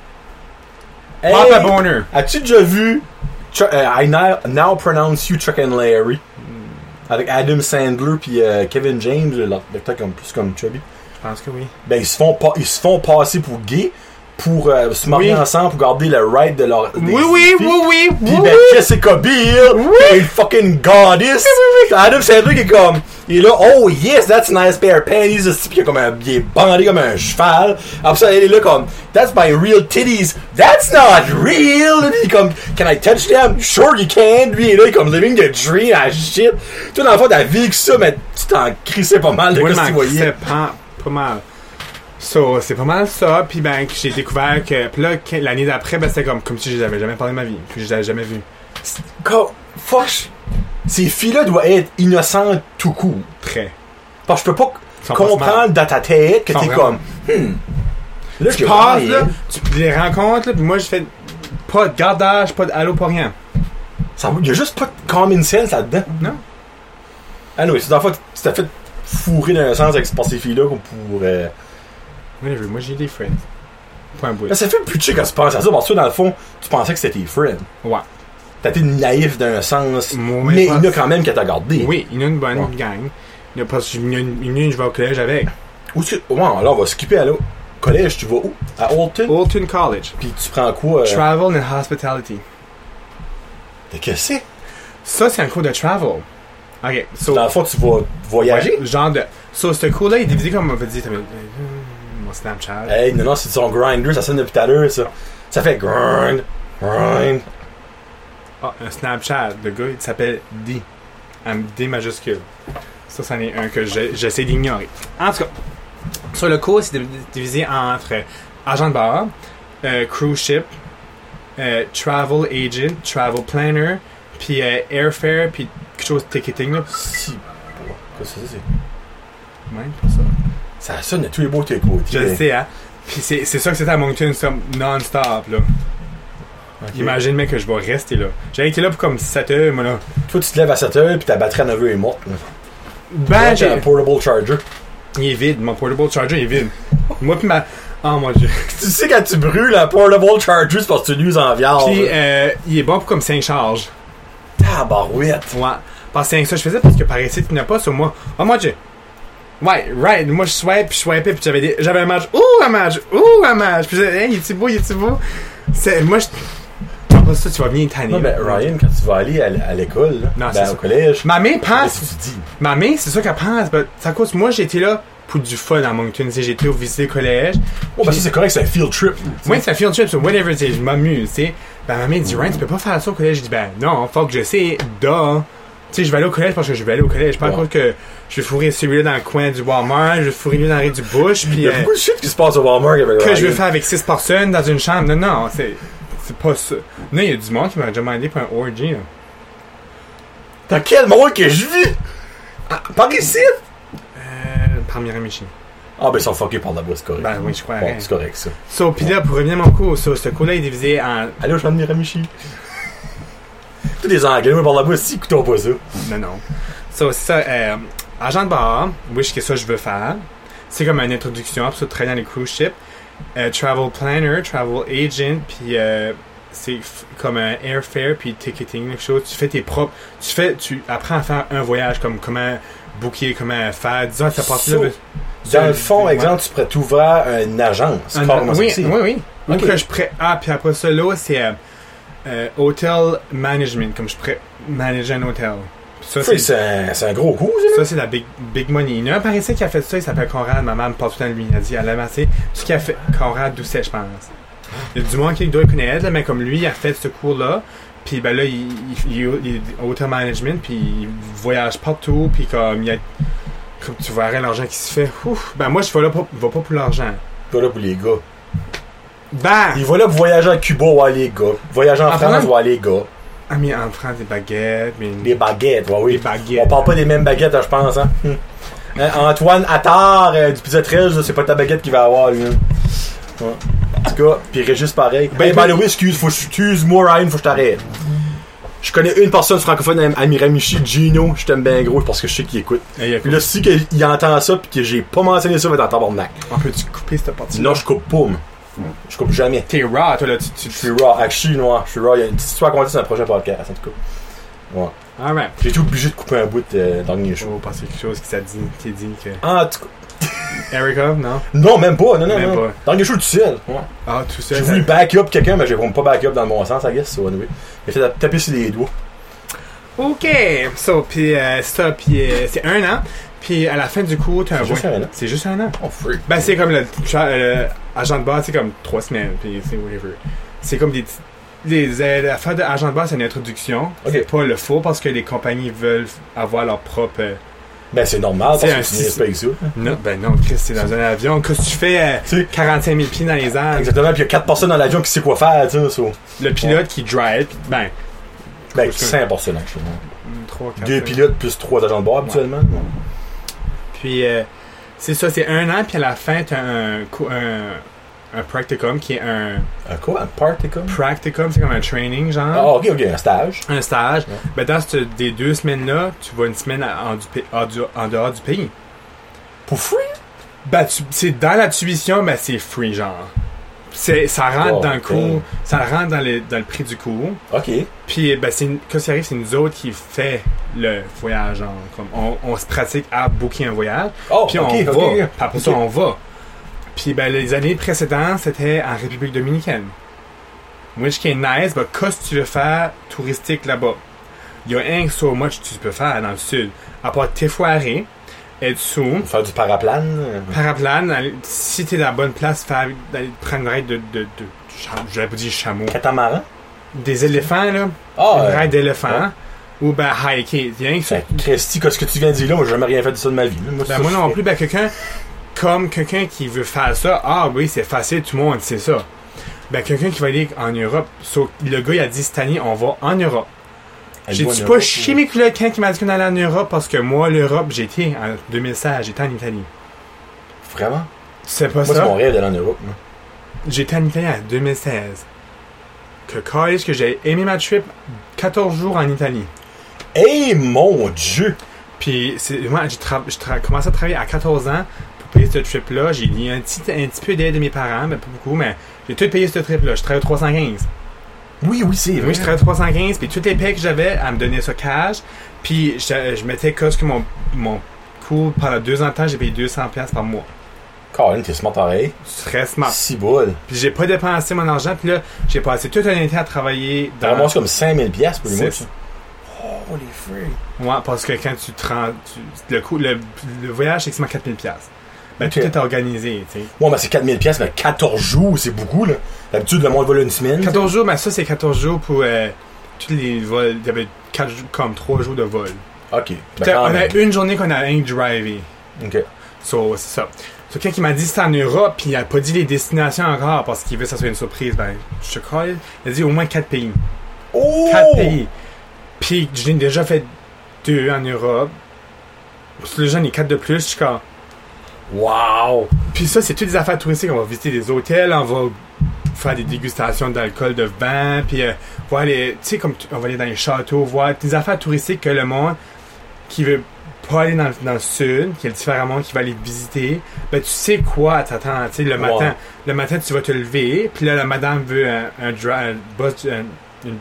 Hey, Papa Boner! As-tu déjà vu Chu- euh, I now, now pronounce you Chuck and Larry? Hmm. Avec Adam Sandler puis euh, Kevin James, le l'acteur comme plus comme Chubby. Je pense que oui. Ben ils se font pas, ils se font passer pour gays pour euh, se marier Oui. ensemble pour garder le right de leur. des- Oui, oui, des- oui, oui, Pis oui, ben oui. Jessica Biel, t'es une fucking goddess. Adam Sandler qui est comme, il est là, oh yes, that's a nice pair of panties, aussi, pis il est comme un, il est bandé comme un cheval. Après ça, elle est là comme, um, that's my real titties, that's not real. Il est comme, can I touch them? Sure you can. Lui il est là, il est comme living the dream, ah shit. Toi dans le fond, t'as vécu ça, mais tu t'en crissais pas mal de Oui, ce que tu man, c'est voyais. pas, pas mal. So, c'est pas mal ça, puis ben, que j'ai découvert que, puis là, que- l'année d'après, ben, c'était comme, comme si je les avais jamais parlé de ma vie, puis je les avais jamais vus. Go- Fuck. Ces filles-là doivent être innocentes tout court. Très. Parce que je peux pas sont pas comprendre smart. dans ta tête que Ils sont t'es vraiment- comme. Hmm. Là, hein. Tu j'ai passes, rien. là, tu les rencontres, là, puis moi, je fais pas de gardage, pas de halo, pas rien. Ça- y a juste pas de common sense là-dedans. Non. Ah non, c'est dans le fond, tu t'as fait fourrer dans un sens avec par ces filles-là qu'on pourrait. Whatever, moi, j'ai des friends. Point bout. Là, ça fait plus chic quand tu penses à ça, parce que toi, dans le fond, tu pensais que c'était tes friends. Ouais. T'as été naïf d'un sens, Moi, mais mes il y en a potes- quand même qui t'a gardé. Oui, il y en a une bonne Ouais. gang. Il y en a pas, il y en a une, il y en a une, je vais au collège avec. Où tu... Ouais, là, on va skipper à l'eau. Collège, tu vas où À Alton Alton College. Puis tu prends quoi euh, Travel and Hospitality. de Qu'est-ce que c'est Ça, c'est un cours de travel. Ok, so. Dans le fond, tu vas voyager Ouais, genre de. So, ce cours-là, il est divisé comme on va dire. t'as- euh, Mon Snapchat. Hey, non, non, c'est son grinder, ça sonne depuis tout à l'heure, ça. Ça fait grind, grind. Ah, un Snapchat. Le gars, il s'appelle D. Un D majuscule. Ça, c'en est un que je- j'essaie d'ignorer. En tout cas, sur le cours, c'est div- divisé entre agent de bord, euh, cruise ship, euh, travel agent, travel planner, puis euh, airfare, puis quelque chose de ticketing. Là. Si. Qu'est-ce que c'est? Même pas ça. Ça sonne de tous les beaux tes côtés. Je le sais, hein. Puis c'est c'est ça que c'était à Moncton, ça, non-stop, là. Ok. Imagine, mec, que je vais rester là. J'ai été là pour comme 7 heures, moi, là. Toi, tu te lèves à 7 h puis ta batterie à 9 h est morte. Ben, j'ai un j'ai... portable charger. Il est vide, mon portable charger il est vide. moi pis ma... Oh mon dieu. Tu sais, quand tu brûles un portable charger, c'est parce que tu l'uses en viande. Puis, euh, il est bon pour comme 5 charges. Tabarouette. Ouais. Parce que c'est ça que je faisais, parce que par ici, tu n'as pas sur moi. Oh mon dieu. Ouais, right. Moi, je swipe, puis je swipais, puis j'avais des... j'avais un match. Ouh, un match. Ouh, un match. Puis je disais, hey, il est-tu beau, il est-tu beau? C'est... Moi, je... Non, pas ça, tu vas venir tanner. Non, ben, mais là. Ryan, quand tu vas aller à, l- à l'école, là, Non, c'est ben, ça. au collège, Ma Oh, mère pense... qu'est-ce que tu dis? Ma mère, c'est ça qu'elle pense. ben, C'est à cause, moi, j'étais là pour du fun à Moncton. tu sais, J'étais au visiter le collège. Oh, ben ça, c'est correct, c'est un field trip. Moi, ça fait un trip, so whatever, tu sais, je m'amuse, tu sais. Ben, ma mère dit, Ryan, tu peux pas faire ça au collège. Je dis, ben, non, fuck, je sais, duh. Tu sais, je vais aller au collège parce que je vais aller au collège. Pas Ouais. contre que je vais fourrer celui-là dans le coin du Walmart, je vais fourrer lui dans la rue du Bush, Il puis y a euh, beaucoup de shit qui se passe au Walmart avec Ryan. que je vais faire avec six personnes dans une chambre. Non, non, c'est, c'est pas ça. Non, il y a du monde qui m'a demandé pour un orgy, là. Dans quel monde que je vis? Ah, Par ici? Euh, par Miramichi. Ah, ben, ils sont fuckés par là-bas, c'est correct. Ben oui, je crois. Bon, c'est correct, ça. So, pis là, pour revenir à mon cours, so, ce cours-là est divisé en Allez au champ de Miramichi. Tous les Anglais, moi, par là-bas, si, écoutons pas ça. Non, non. So, c'est ça, euh, agent de bar, wish que ça je veux faire. C'est comme une introduction pour se traîner dans les cruise ships. Euh, travel planner, travel agent, puis euh, c'est f- comme un airfare, puis ticketing, quelque chose. Tu fais tes propres. Tu fais, tu apprends à faire un voyage, comme comment booker, comment faire. Disons que ça passe là. So, ben, Dans le fond, Ouais. exemple, tu pourrais t'ouvrir une agence. Un- carrément, oui, c'est- oui, oui. Ou Ok. que je pré- Ah, puis après ça, là, c'est euh, euh, hotel management, comme je pré manager un hôtel. Ça, Freak, c'est- c'est un, c'est un gros coup, ça. Ça, c'est la big, big money. Il y en a un paresseux qui a fait ça, il s'appelle Conrad. Ma mère me parle tout le temps de lui. Elle a dit, elle a amassé ce qu'il a fait. Conrad Doucet, je pense. Il y a du monde qui doit le connaître, là, mais comme lui, il a fait ce cours-là. Puis ben là, il, il, il, il est au hotel management, puis il voyage partout, puis comme il y a. Comme tu vois rien l'argent qui se fait. Ouf, ben moi, je vais là pour, vais pas pour l'argent. Il va là pour les gars. Ben! Il va là pour voyager à Cuba, voir les gars. Voyager en Ah, France, vraiment? voir les gars. Ah, mais en France, des baguettes, mais. Les baguettes, ouais, oui. Des baguettes. On parle pas des mêmes baguettes, hein, je pense, hein. Hum. Hein, Antoine Attard euh, du Pizza 13, là, c'est pas ta baguette qu'il va avoir, lui. hein. Ouais. En tout cas, pis Régis pareil. Ben, Ben, by ben- the way, excuse, faut, que- excuse-moi, Ryan, faut que je t'arrête. Je connais une personne francophone à- à Miramichi, Gino, je t'aime bien gros parce que je sais qu'il écoute. Eh, il y a- Puis là, si qu'il- il entend ça pis que j'ai pas mentionné ça, il va être en tabarnak. On peut-tu couper cette partie-là? Non, je coupe pas, moi. Je coupe jamais. T'es raw, toi, là. Tu, tu, Je suis raw, actually, noir. Je suis raw. Il y a une petite histoire à raconter sur le prochain podcast, en tout cas. Alright. J'ai été obligé de couper un bout euh, dans le dernier Je show. vais passer quelque chose qui t'a dit, qui dit que. En tout cas, Erica, non? Non, même pas, non, non, Même non. pas. Dans le show tout seul. Ah, tout seul. J'ai ça- voulu back up quelqu'un, mais j'ai pas back up dans le bon sens, I guess, so anyway. J'ai fait taper sur les doigts. Ok, so, puis euh, ça, puis euh, c'est un an. Puis à la fin du cours, t'as un C'est juste voy- un an? C'est juste un an. Oh, freak. Ben, c'est comme le, cha- euh, le agent de base, c'est comme trois semaines, puis c'est whatever. C'est comme des. petits- Les euh, l'affaire de agent de base, c'est une introduction. Ok. C'est pas le faux parce que les compagnies veulent avoir leur propre. euh, Ben, c'est normal, parce C'est que un tu six- n'es pas avec ça. Non, ben non, Chris, c'est dans un avion. Qu'est-ce que tu fais euh, Tu sais. 45 000 pieds dans les airs? Exactement, pis y a 4 personnes dans l'avion qui sait quoi faire, tu sais, so. Le pilote qui drive, puis- ben, Ben, Parce que- 5 personnes, actually. 3, 4. Deux pilotes plus 3 agents de bord, habituellement. Puis euh, c'est ça, c'est un an, puis à la fin, t'as un, cou- un, un practicum qui est un. Un quoi, un party, comme? Practicum, c'est comme un training, Ah, genre. ok, ok, un stage. Un stage. Ouais. Ben, dans ces des deux semaines-là, tu vas une semaine à- en, du pa- en du- en dehors du pays. Pour free? Ben, tu- c'est dans la tuition, ben, c'est free, genre. C'est, ça rentre Oh, dans le ok. cours, ça rentre dans le, dans le prix du cours. Ok. Puis, ben, c'est, une- quand ça arrive, c'est nous autres qui fait le voyage, genre. Comme on, on se pratique à booker un voyage. Oh, Puis ok, on ok. va. ok. Puis après ça, on va. Puis ben, les années précédentes, c'était en République Dominicaine. Which qui est nice, ben, qu'est-ce que tu veux faire touristique là-bas? Il y a rien que so much que tu peux faire dans le sud. À part t'effoirer, être sous, Faire du euh, paraplane. paraplane, aller- si t'es dans la bonne place, faire, d'aller prendre une raide de. de, de, cha- j'allais pas dire chameau. Catamaran? Des éléphants, là. une Ah, raide d'éléphants. ouais. Ou ben, hiker. Il y a rien que so- euh, Christy, qu'est-ce que tu viens de dire là? Moi, j'ai jamais rien fait de ça de ma vie. Ben, moi non plus, ben quelqu'un, comme quelqu'un qui veut faire ça, ah oui, c'est facile, tout le monde sait ça. Ben quelqu'un qui va aller en Europe, so, le gars il a dit cette année, on va en Europe. J'ai dit pas chier mes culottes quand il m'a dit qu'on allait en Europe parce que moi, l'Europe, j'étais en 2016, j'étais en Italie. Vraiment? Tu sais pas Moi, c'est ça? mon rêve d'aller en Europe. moi. J'étais en Italie en 2016. Que collège que j'ai aimé ma trip 14 jours en Italie. Hey mon dieu! Puis c'est- moi, j'ai tra- j'ai tra- commencé à travailler à 14 ans pour payer ce trip-là. J'ai eu un petit, un petit peu d'aide de mes parents, mais pas beaucoup, mais j'ai tout payé ce trip-là. Je travaillais au 315. Oui, oui, c'est Et moi, je travaillais au 315, puis toutes les payes que j'avais, elle me donnait ça cash. Puis je, je mettais cause que mon, mon coût, pendant deux ans de temps, j'ai payé 200$ piastres par mois. Colin, t'es smart pareil. Très smart. Si bol. Puis j'ai pas dépensé mon argent, puis là, j'ai passé toute un été à travailler T'as dans... ramassé comme 5000 piastres pour les mois. C'est- Oh les frères. Ouais, parce que quand tu te rends... tu- le, coût, le, le voyage, c'est seulement 4000$. piastres. Ben, Ok. tout est organisé, tu sais. Ouais, mais c'est 4000 piastres, mais 14 jours, c'est beaucoup là. D'habitude, le monde vole une semaine. 14 jours, mais ça c'est 14 jours pour euh, tous les vols. Il y avait 4 jours, comme 3 jours de vol. Ok. Ben, T'as- quand on a même. une journée qu'on a rien drivé. Ok. So, c'est ça. So, quand il m'a dit c'était en Europe, puis il a pas dit les destinations encore parce qu'il veut que ça soit une surprise, ben, je te crois. Il a dit au moins 4 pays. Oh! 4 pays. Puis j'ai déjà fait 2 en Europe. Puis Le jeune est 4 de plus, je suis comme. Wow! Puis ça, c'est toutes des affaires touristiques. On va visiter des hôtels, on va faire des dégustations d'alcool, de vin, puis euh, voir les... Tu sais, comme tu- on va aller dans les châteaux, voir des affaires touristiques que le monde qui veut pas aller dans, le- dans le sud, qui est le différent monde qui va aller visiter, ben tu sais quoi t'attends, tu sais, le Wow. matin. Le matin, tu vas te lever, puis là, la madame veut un, un, dri- un bus... un- une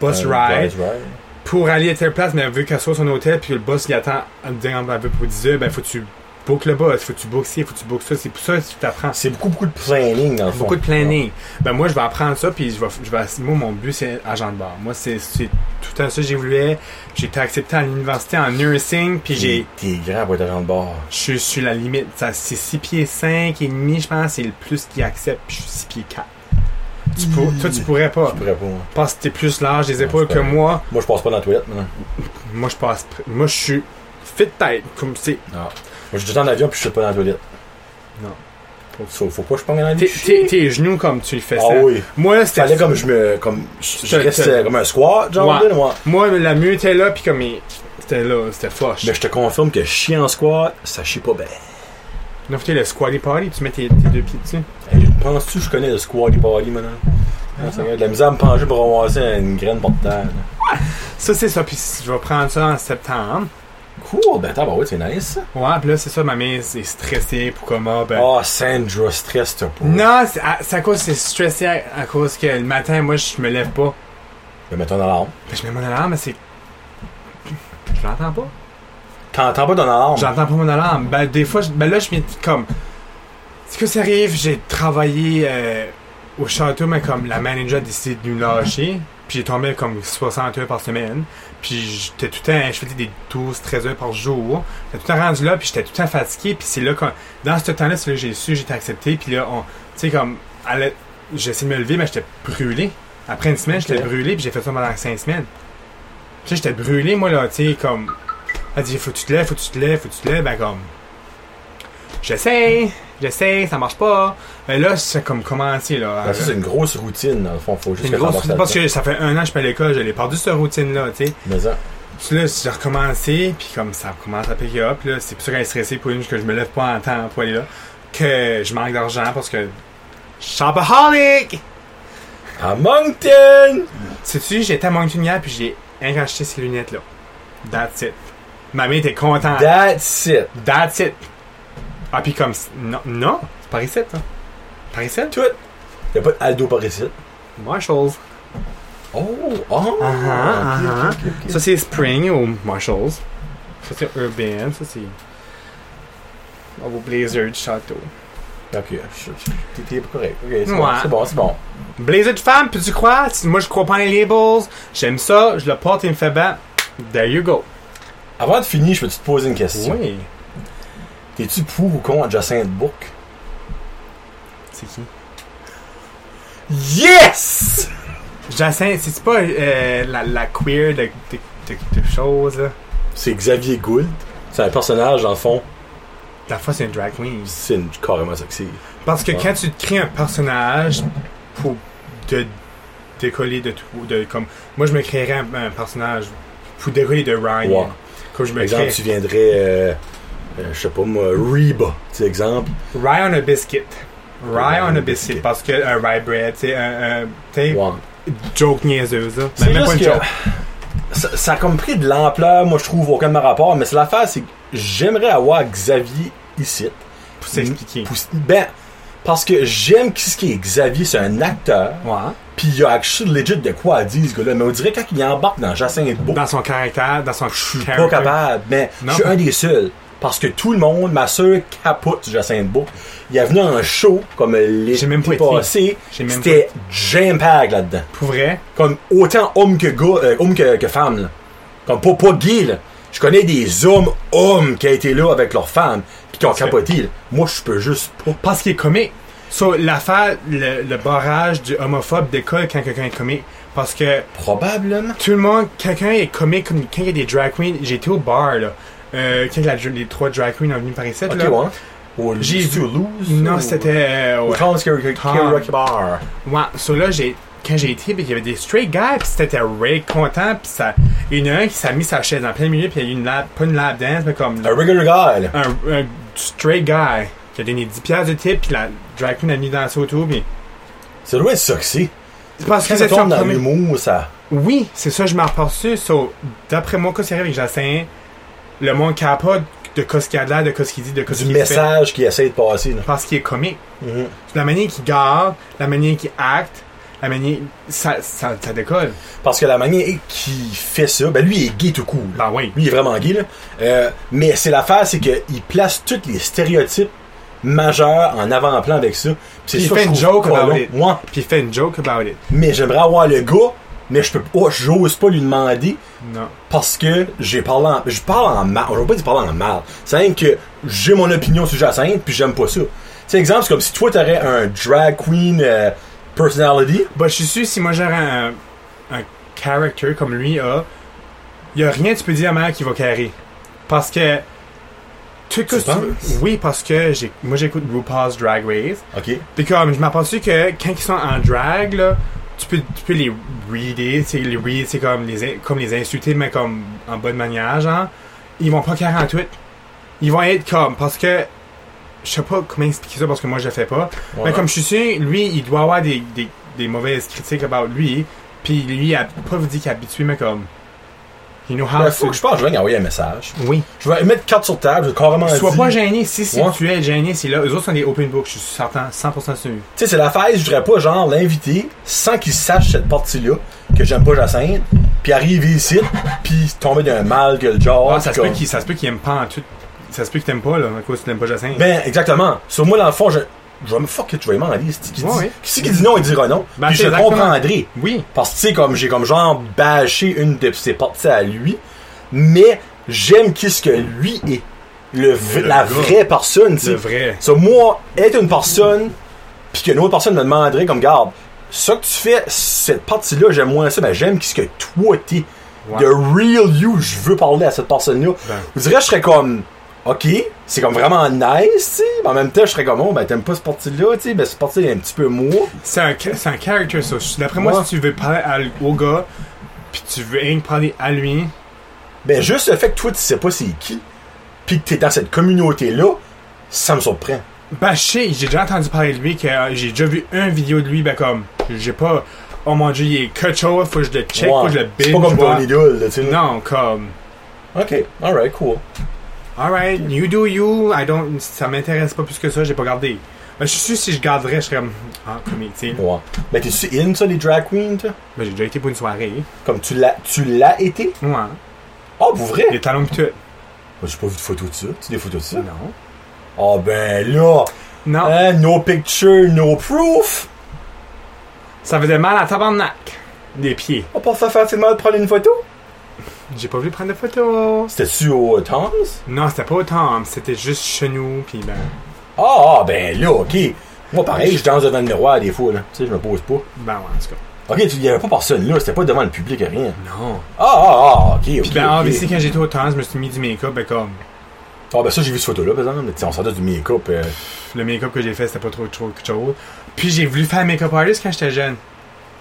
bus Euh, ride Drive, drive. pour aller à telle place, mais elle veut qu'elle soit à son hôtel, puis le boss il attend, elle me dit, Ah, ben, elle veut pour 10 heures, ben faut que tu book le boss, faut que tu book ci, faut que tu book ça. C'est pour ça que tu t'apprends. C'est beaucoup, beaucoup de planning, dans le fond. Beaucoup de planning. Ben moi, je vais apprendre ça, puis je vais, je vais, moi, mon but, c'est agent de bord. Moi, c'est c'est tout le temps ça que j'évoluais. J'ai été accepté à l'université en nursing, puis j'ai... T'es grand pour être dans le bar. Je suis sur la limite. Ça, C'est 6 pieds 5 et demi, je pense, c'est le plus qui accepte, puis je suis 6 pieds 4. Tu pour- toi, tu pourrais pas. Je pourrais pas. moi. Parce que t'es plus large des épaules Mm. c'est que pas- moi. Moi, je passe pas dans la toilette, maintenant. Moi, je passe... pr- Moi, je suis fit tête, comme c'est... Non. Moi, je suis tout le temps en avion, puis je suis pas dans la toilette. Non. Faut, faut pas que je prenne dans la Tes- vie. Tes tes genoux comme tu le fais Ah ça. oui. Moi, là, Fallait c'était... comme je me. Comme, je je Te- restais te- comme un squat, genre, Ouais. là, moi. Moi, la mue était là, puis comme il... C'était là, c'était flush. Mais je te confirme que chier en squat, ça chie pas bien. Non, faut le squatty party, tu mets tes, tes deux pieds dessus. Hey, Penses-tu que je connais le squat du body maintenant? Ah, ça y est, de la misère à me pencher pour ramasser une graine par terre. là. Ça, c'est ça, puis je vais prendre ça en septembre. Cool, ben attends, bah ouais, c'est nice. ça. Ouais, puis là, c'est ça, ma mère est stressée pour comment, ben... Ah, Sandra, stress, t'as pas. Non, c'est à, c'est à cause, c'est stressé à, à cause que le matin, moi, je me lève pas. Mais mets ton alarme. Ben, je mets mon alarme, mais c'est... Je l'entends pas. T'entends pas ton alarme? J'entends pas mon alarme. Ben, des fois, je- ben là, je me dis comme... C'est que ça arrive, j'ai travaillé euh, au château, mais comme la manager a décidé de nous lâcher, puis j'ai tombé comme 60 heures par semaine, puis j'étais tout le temps, je faisais des 12-13 heures par jour, j'étais tout le temps rendu là, puis j'étais tout le temps fatigué, puis c'est là, quand, dans ce temps-là, c'est là que j'ai su, j'étais accepté, puis là, on, tu sais, comme, à la- j'ai essayé de me lever, mais j'étais brûlé. Après une semaine, j'étais Ok. brûlé, puis j'ai fait ça pendant 5 semaines. Tu sais, j'étais brûlé, moi, là, tu sais, comme, elle dit, faut que tu te lèves, faut que tu te lèves, faut que tu te lèves, ben comme, j'essaye, j'essaye, ça marche pas. Mais là, c'est comme commencer, là. Ben, ça, c'est une grosse routine, dans le fond. Faut juste une que grosse t'embarques parce là-dedans. que ça fait un an que je suis pas à l'école, j'avais perdu cette routine-là, tu sais. Mais ça, Puis là, j'ai recommencé, puis comme ça commence à piquer up, là, c'est pour ça qu'elle est stressée pour une que je me lève pas en temps pour aller là, que je manque d'argent parce que shopaholic! À Moncton! Sais-tu, j'étais à Moncton hier, puis j'ai rien acheté ces lunettes-là. That's it. Ma mère était contente. That's it. That's it. Ah, puis comme... Non, non, c'est par ici, hein. Par ici? Tout. Y'a pas d'Aldo par ici. Marshalls. Oh, oh! Ah, ah, ok, ah. ok, ok, ok. Ça, c'est Spring au Marshalls. Ça, c'est Urban. Ça, c'est. On va au Blazer du Château. Ok, je- je- t'es- t'es correct. Ok, c'est Ouais. bon, c'est bon, c'est bon. Blazer de femme, puis tu crois? Si- Moi, je crois pas en les labels. J'aime ça, je le porte et il me fait battre. There you go. Avant de finir, je peux te poser une question. Oui. T'es-tu pour ou contre Jacinthe Bourque? C'est qui? Yes! Jacinthe, c'est pas euh, la, la queer de, de, de- de choses, là. C'est Xavier Gould. C'est un personnage, dans le fond. La fois, c'est une drag queen. C'est une- carrément sexy. Parce que Ouais. quand tu te crées un personnage pour te décoller de tout, de comme moi je me créerais un, un personnage pour décoller de Ryan. Ouais. Comme je Par me exemple, crée tu viendrais, euh, euh, je sais pas moi, Reba, tu sais, exemple. Ryan a biscuit. Ryan on on a a biscuit. biscuit parce que un rye bread, c'est un, un t'sais, Ouais. joke niaiseuse là. C'est même pas juste une que joke. ça, ça a comme pris de l'ampleur, moi je trouve, aucun de mes rapports, mais c'est l'affaire, c'est que j'aimerais avoir Xavier ici. Pour s'expliquer. Pour- Ben, parce que j'aime ce qui est Xavier, c'est un acteur, Ouais. puis il a actually legit de quoi à dire, ce gars-là, mais on dirait quand il embarque dans Jacinthe Bourque, Dans son caractère, dans son Je suis pas character. capable, mais je Non. suis un des seuls. Parce que tout le monde, ma soeur capote sur Jacinthe Bourque. Il est venu en show, comme l'été J'ai même pas été. passé. J'ai même C'était jam-pack là-dedans. Pour vrai. Comme autant homme que gars, euh, homme que, que femme. là. Comme pas, pas gay, là. Je connais des hommes, hommes, qui ont été là avec leurs femmes, puis qui ont C'est- capoté. là. Moi, je peux juste pas. Parce qu'il est comique. So, l'affaire, le, le barrage du homophobe décolle quand quelqu'un est comique. Parce que Probablement. tout le monde, quelqu'un est comique, comme quand il y a des drag queens, j'étais au bar, là. Euh, quand la- les trois drag queens sont venues par ici, Ok, là. ouais. Au- J'ai c'est-tu vu- au Lose, Non, ou- c'était. euh, Au ouais. Tom's Karaoke Tom. Karaoke Bar. Ouais, so là, j'ai. Quand j'ai été, ben, il y avait des straight guys, pis c'était Ray content, pis ça. Il y en a un qui s'est mis sa chaise en plein milieu, pis il y a eu une lap, pas une lap dance, mais comme. Un Ben, regular guy, là. un, un straight guy qui a donné 10 piastres de tip, pis la drag queen a mis danser autour, pis. Ça doit être sexy. C'est parce Quand que ça c'est tombe dans comique. l'humour, ça. Oui, c'est ça, je m'en reperçus. So, D'après moi, qu'est-ce qui arrive avec Jacin, le monde capote de qu'est-ce qu'il a de l'air, de qu'est-ce qu'il dit, de qu'est-ce du qu'il fait. message qu'il essaie de passer. Là. Parce qu'il est comique. Mhm. La manière qu'il garde, la manière qu'il acte, à manier, ça, ça, ça décolle. Parce que la manière qui fait ça, ben lui il est gay tout court. là. Ben oui. Lui il est vraiment gay là. Euh, mais c'est l'affaire, c'est qu'il place tous les stéréotypes majeurs en avant-plan avec ça. Puis c'est Puis il ça fait que une je trouve joke about colon. it. Ouais. Puis il fait une joke about it. Mais j'aimerais avoir le gars, mais je peux pas, j'ose pas lui demander Non. parce que j'ai parlé en, je parle en mal. Je veux pas dire parler en mal. C'est rien que j'ai mon opinion sur Jacinthe puis j'aime pas ça. Tu sais, exemple, c'est comme si toi t'aurais un drag queen euh, personality. Bah, je suis sûr, si moi j'aurais un, un character comme lui a, y a rien que tu peux dire à mère qui va carrer. Parce que. Tout que Tu tu veux- penses? Oui, parce que j'ai, moi j'écoute RuPaul's Drag Race. Ok. Puis comme, je m'aperçois que quand ils sont en drag, là, tu peux, tu peux les reader, tu sais, les read, c'est comme les, in- comme les insulter, mais comme en bonne manière, genre. Ils vont pas 48. Ils vont être comme, parce que, je sais pas comment expliquer ça parce que moi je le fais pas. Mais Ouais. comme je suis sûr, lui, il doit avoir des, des, des mauvaises critiques about lui. Puis lui, il a pas vous dire qu'il est habitué, mais comme, you know how Ben, to... faut que je pense, je vais lui envoyer un message. Oui. Je vais mettre carte sur table, je vais carrément Sois dire- pas gêné. Si, si Ouais. tu es gêné, c'est là. Eux autres sont des open books, je suis certain, 100% sûr. Tu sais, c'est l'affaire, je voudrais pas, genre, l'inviter sans qu'il sache cette partie-là, que j'aime pas Jacinthe, puis arriver ici, puis tomber d'un mal que le genre. Ah, ça, se comme- peut qu'il, ça se peut qu'il aime pas en tout. Ça se peut qu'il t'aime pas, là, à cause que tu n'aimes pas Jacinthe. Ben, exactement. Sur moi, dans le fond, je. Je vais me fuck it, je vais m'en aller. c'est-tu Qui dit... Ouais, ouais. Si qui dit non, il dira non. Ben, puis c'est je le exactement- comprendrai. oui. Parce que, tu sais, comme j'ai comme genre bâché une de ses parties à lui, mais j'aime qui ce que lui est. Le, v- Le la gars. vraie personne, tu C'est sais. vrai. So, moi, être une personne, puis qu'une autre personne me demanderait, comme, garde, ça que tu fais, cette partie-là, j'aime moins ça, mais j'aime ce que toi t'es. Ouais. The real you, je veux parler à cette personne-là. Ben. Je dirais, je serais comme, ok, c'est comme vraiment nice, tu sais, mais en même temps, je serais comme, oh, ben, t'aimes pas cette partie-là, tu sais, ben, cette partie-là est un petit peu moi. C'est un, ca- c'est un character, ça. D'après moi, Ouais. si tu veux parler à l- au gars, puis tu veux rien que parler à lui, Ben, juste le fait que toi, tu sais pas c'est qui, puis que t'es dans cette communauté-là, ça me surprend. bah, je sais, j'ai déjà entendu parler de lui, que euh, j'ai déjà vu une vidéo de lui, ben, comme, j'ai pas, oh mon dieu, il est cut show, faut que je le check, faut que je le binge. c'est pas comme voir. ton idole, là, tu sais. là. Non, comme, Ok, alright, cool. alright, you do you, I don't, ça m'intéresse pas plus que ça, j'ai pas gardé. Ben, je suis sûr, si je garderais, je serais comme, ah, comme il, tu sais. Ouais. Ben, t'es-tu in, ça, les drag queens, toi? Ben, j'ai déjà été pour une soirée. Comme tu l'as, tu l'as été? Ouais. Oh, pour vrai? Les talons pis tout. Moi, J'ai pas vu de photos de ça. Tu des photos de ça? Non. Ah. Ah ben là! Non. Hein, no picture, no proof! Ça faisait mal à tabarnak. Des pieds. On pense faire facilement de prendre une photo? J'ai pas voulu prendre de photos. C'était-tu au euh, Tom's? Non, c'était pas au temple, c'était juste chez nous, pis ben. Ah, ah, ben là, ok. Moi, pareil, je danse devant le miroir des fois, là. Tu sais, je me pose pas. Ben ouais, en tout cas. Ok, tu y avait pas personne là, c'était pas devant le public, rien. Non. Ah, ah, ah, ok, ok. Pis ben, en ok. VC, quand j'étais au temple, je me suis mis du make-up, ben comme. Ah, ben ça, j'ai vu cette photo-là, par exemple. Tu sais, on sortait du make-up. euh, pff, Le make-up que j'ai fait, c'était pas trop trop chose. Puis j'ai voulu faire make-up artist quand j'étais jeune.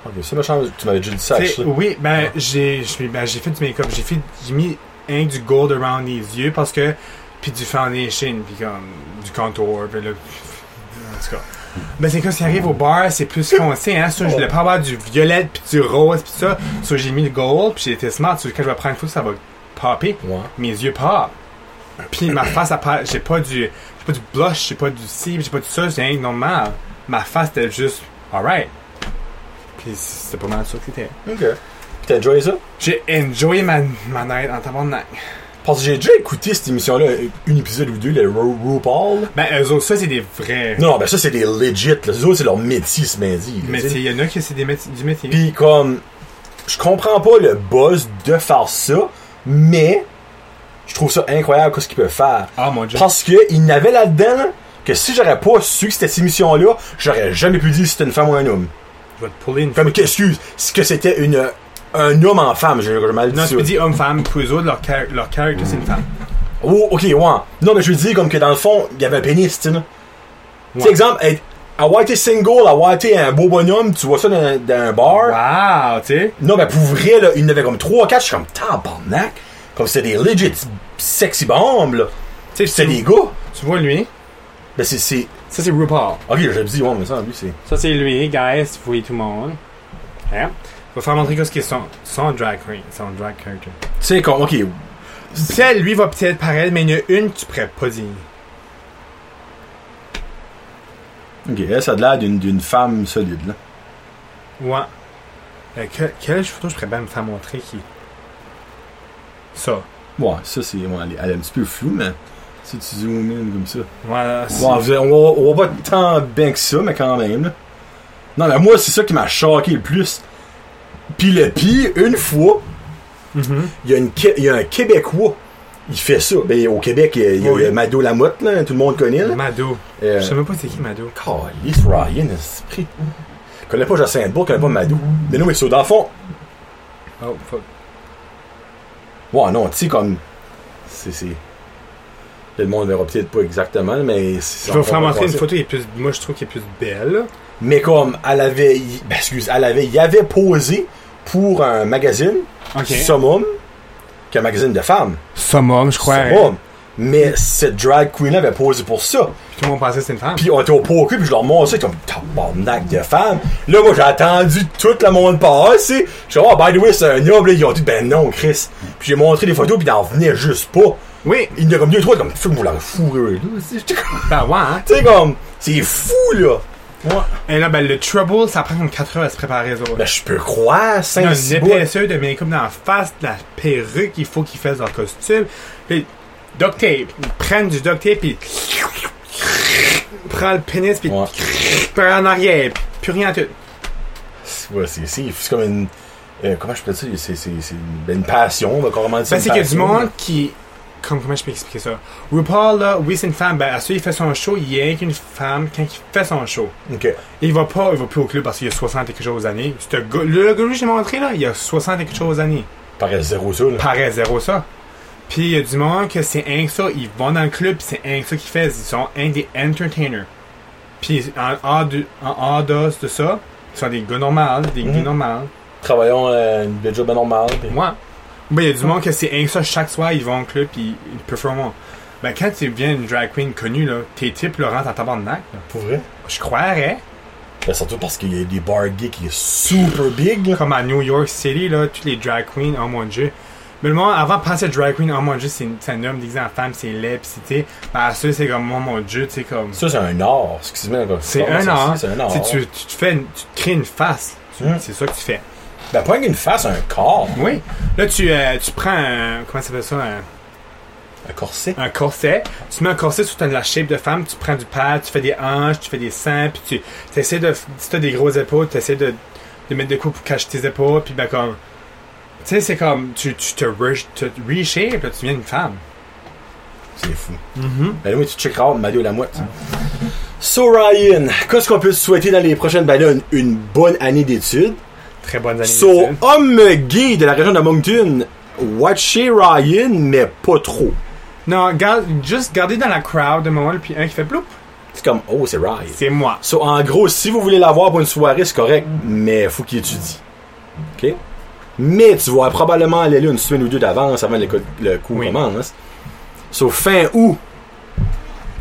Ok, ça, ma chance, tu m'avais déjà dit ça, T'sais, ça. oui, ben j'ai je suis- ben, j'ai fait du make-up, j'ai fait j'ai mis un du gold around les yeux parce que puis du foundation puis comme du contour puis là en tout cas. Ben c'est quand ça arrive au bar, c'est plus foncé hein, ça je voulais pas avoir du violet puis du rose puis ça, ça j'ai mis le gold puis j'ai été smart, ça, quand je vais prendre une photo ça va popper, Ouais. mes yeux pop. Puis ma face elle pa- j'ai pas du j'ai pas du blush, j'ai pas du cib, j'ai pas du ça, j'ai rien de normal. Ma face était juste alright. Puis c'était pas mal ça que c'était. Ok. Puis t'as enjoyé ça? J'ai enjoyé ma, ma night en tabarnak. Parce que j'ai déjà écouté cette émission-là, un épisode ou deux, le Ru- RuPaul. Ben, eux autres, ça, c'est des vrais Non, ben ça, c'est des legit. Là. Eux autres, c'est leur métier, ce lundi. là, tu sais. métiers. Il y en a qui, c'est des métiers, du métier. Puis comme, je comprends pas le buzz de faire ça, mais je trouve ça incroyable ce qu'ils peuvent faire. ah, mon dieu. Parce qu'ils n'avaient là-dedans là, que si j'aurais pas su que c'était cette émission-là, j'aurais jamais pu dire si c'était une femme ou un homme. Je vais te puller une Comme, excuse, ce que c'était une un homme en femme, j'ai j'ai mal dit Non, ça. tu peux dire homme-femme, puis eux autres, leur, char- leur character, c'est une femme. Oh, ok, ouais. Non, mais je veux dire, comme que dans le fond, il y avait un pénis, tu sais, là. Tu sais, Ouais. exemple, être- avoir été single, avoir été un beau bonhomme, tu vois ça dans, dans un bar. Wow, tu sais. Non, mais pour vrai, là, il y en avait comme 3-4, je suis comme tabarnak. Comme c'était des legit sexy bombes, là. Tu Puis c'était sais, des tu- gars. tu vois lui. Ben, c'est, c'est. Ça, c'est RuPaul. Ok, je le dis, ouais, mais ça, lui, c'est. Ça, c'est lui, guys, vous voyez tout le monde. Hein? Faut faire montrer qu'est-ce qu'ils sont. Son drag queen, son drag character. Tu sais, comme, ok. Celle, lui, va peut-être pareil, mais il y en a une que tu pourrais pas dire. Ok, elle, ça a l'air d'une, d'une femme solide, là. Ouais. Euh, que- quelle photo je pourrais bien me faire montrer qui. Ça. Ouais, ça, c'est. ouais, elle, est- elle est un petit peu floue, mais. Si tu zoomes in comme ça. Ouais, c'est- Ouais, je- on, va, on va pas tant bien que ça, mais quand même. Là. Non, mais moi, c'est ça qui m'a choqué le plus. Puis le pire, une fois, Mhm. il y, a une Qué- il y a un Québécois. Il fait ça. Ben, au Québec, il y a, il y a Oui. Mado Lamotte, là, tout le monde connaît. Là. Mado. Euh, Je sais même pas c'est qui Mado. Calice, Ryan, esprit. Connais pas Jacinthe Bourg, connais pas Madou. Mm-hmm. Mais non, mais ça, dans le fond. Oh, fuck. Ouais, non, tu sais, comme. C'est. c'est- Le monde verra peut-être pas exactement, mais. Je vais vous faire montrer une photo qui est plus. Moi, je trouve qu'elle est plus belle. Mais comme, elle avait. il- ben, excuse, elle avait. Il avait posé pour un magazine, Summum, qui est un magazine de femmes. Summum, je crois. Summum. Mais cette drag queen avait posé pour ça. Puis tout le monde pensait que c'était une femme. Puis on était au poker, puis je leur montre ça, ils étaient comme tabarnak de femme. Là, moi, j'ai attendu tout le monde passer. Je suis oh, by the way, c'est un homme, là. Ils ont dit, ben non, Chris. Puis j'ai montré des photos, puis ils n'en venaient juste pas. Oui. Il y en a comme deux, trois, comme, fais vous la fourreux, là. J'étais comme- Ben ouais, hein. Tu sais, comme, c'est fou, là. Et là, ben le trouble, ça prend comme 4 heures à se préparer, ça. Ben, je peux croire, Il y a 5 une épaisseur de make-up dans la face, de la perruque, il faut qu'ils fassent leur costume. Puis, duct tape. Ils prennent du duct tape, puis. Prends le pénis, puis. Ouais. Prends en arrière, puis plus rien à tout. C'est ouais, c'est- c'est- c'est comme une. euh, comment je peux dire ça? C'est- C'est c'est une, ben, une passion, on va carrément dire ça, Ben, une c'est qu'il y a du passion, monde qui. Comme, comment je peux expliquer ça? RuPaul, là, oui, c'est une femme. Ben, à ceux qui fait son show, il y a rien qu'une femme quand il fait son show. là. Ok. Il va pas, il va plus au club parce qu'il a 60 et quelque chose d'années. Ce gars- Le gars que j'ai montré, là, il a 60 et quelque chose d'années. Paraît zéro, ça, là. paraît zéro ça. Puis il y a du monde que c'est un que ça, ils vont dans le club, puis c'est un que ça qu'ils font, ils sont un des entertainers. Puis en hors de, en hors d'os de ça, ils sont des gars normaux, des Mhm. gars normaux. Travaillons euh, une belle job normale. puis- Moi, ben il y a du monde que c'est un que ça, chaque soir ils vont au club, puis ils performent. Ben quand tu viens une drag queen connue, là, tes types le rentrent en tabarnak. là. Pour vrai? Je croirais, Ben, surtout parce qu'il y a des bar gigs qui est super big, là. comme à New York City, là, toutes les drag queens, oh mon dieu. Mais le monde, avant de penser à drag queen, oh mon dieu, c'est c'est un homme déguisé en femme, c'est laid, pis c'était. Ben, ça, c'est comme, oh mon dieu, tu sais, comme. Ça, c'est un art. Excuse-moi. comme- C'est ça, un ça, art. C'est un art. Si tu, tu te fais une- tu te crées une face. Tu- Hmm. C'est ça que tu fais. Ben, pas une face, un corps. Oui. Là, tu, euh, tu prends un. Comment ça s'appelle ça un, Un corset. un corset. Tu mets un corset sur ta- la shape de femme. Tu prends du pad, tu fais des hanches, tu fais des seins. Puis tu essaies de. Si t'as des grosses épaules, tu essaies de, de mettre des coups pour cacher tes épaules. Puis ben, comme. Tu sais, c'est comme. Tu, tu te re- te reshape, là, tu deviens une femme. C'est fou. Mm-hmm. Ben, oui, tu checkeras Mario la moite. So, Ryan, qu'est-ce qu'on peut se souhaiter dans les prochaines? Ben, là, une, une bonne année d'études. Très bonne année. So, d'études. homme gay de la région de Moncton, watchez Ryan, mais pas trop. Non, garde, juste garder dans la crowd de moment, puis un qui fait ploup. C'est comme, oh, c'est Ryan. C'est moi. So, en gros, si vous voulez l'avoir pour une soirée, c'est correct, mais faut qu'il étudie. OK? Mais tu vas probablement aller là une semaine ou deux d'avance avant le, co- le cours Oui. commence. So, fin août.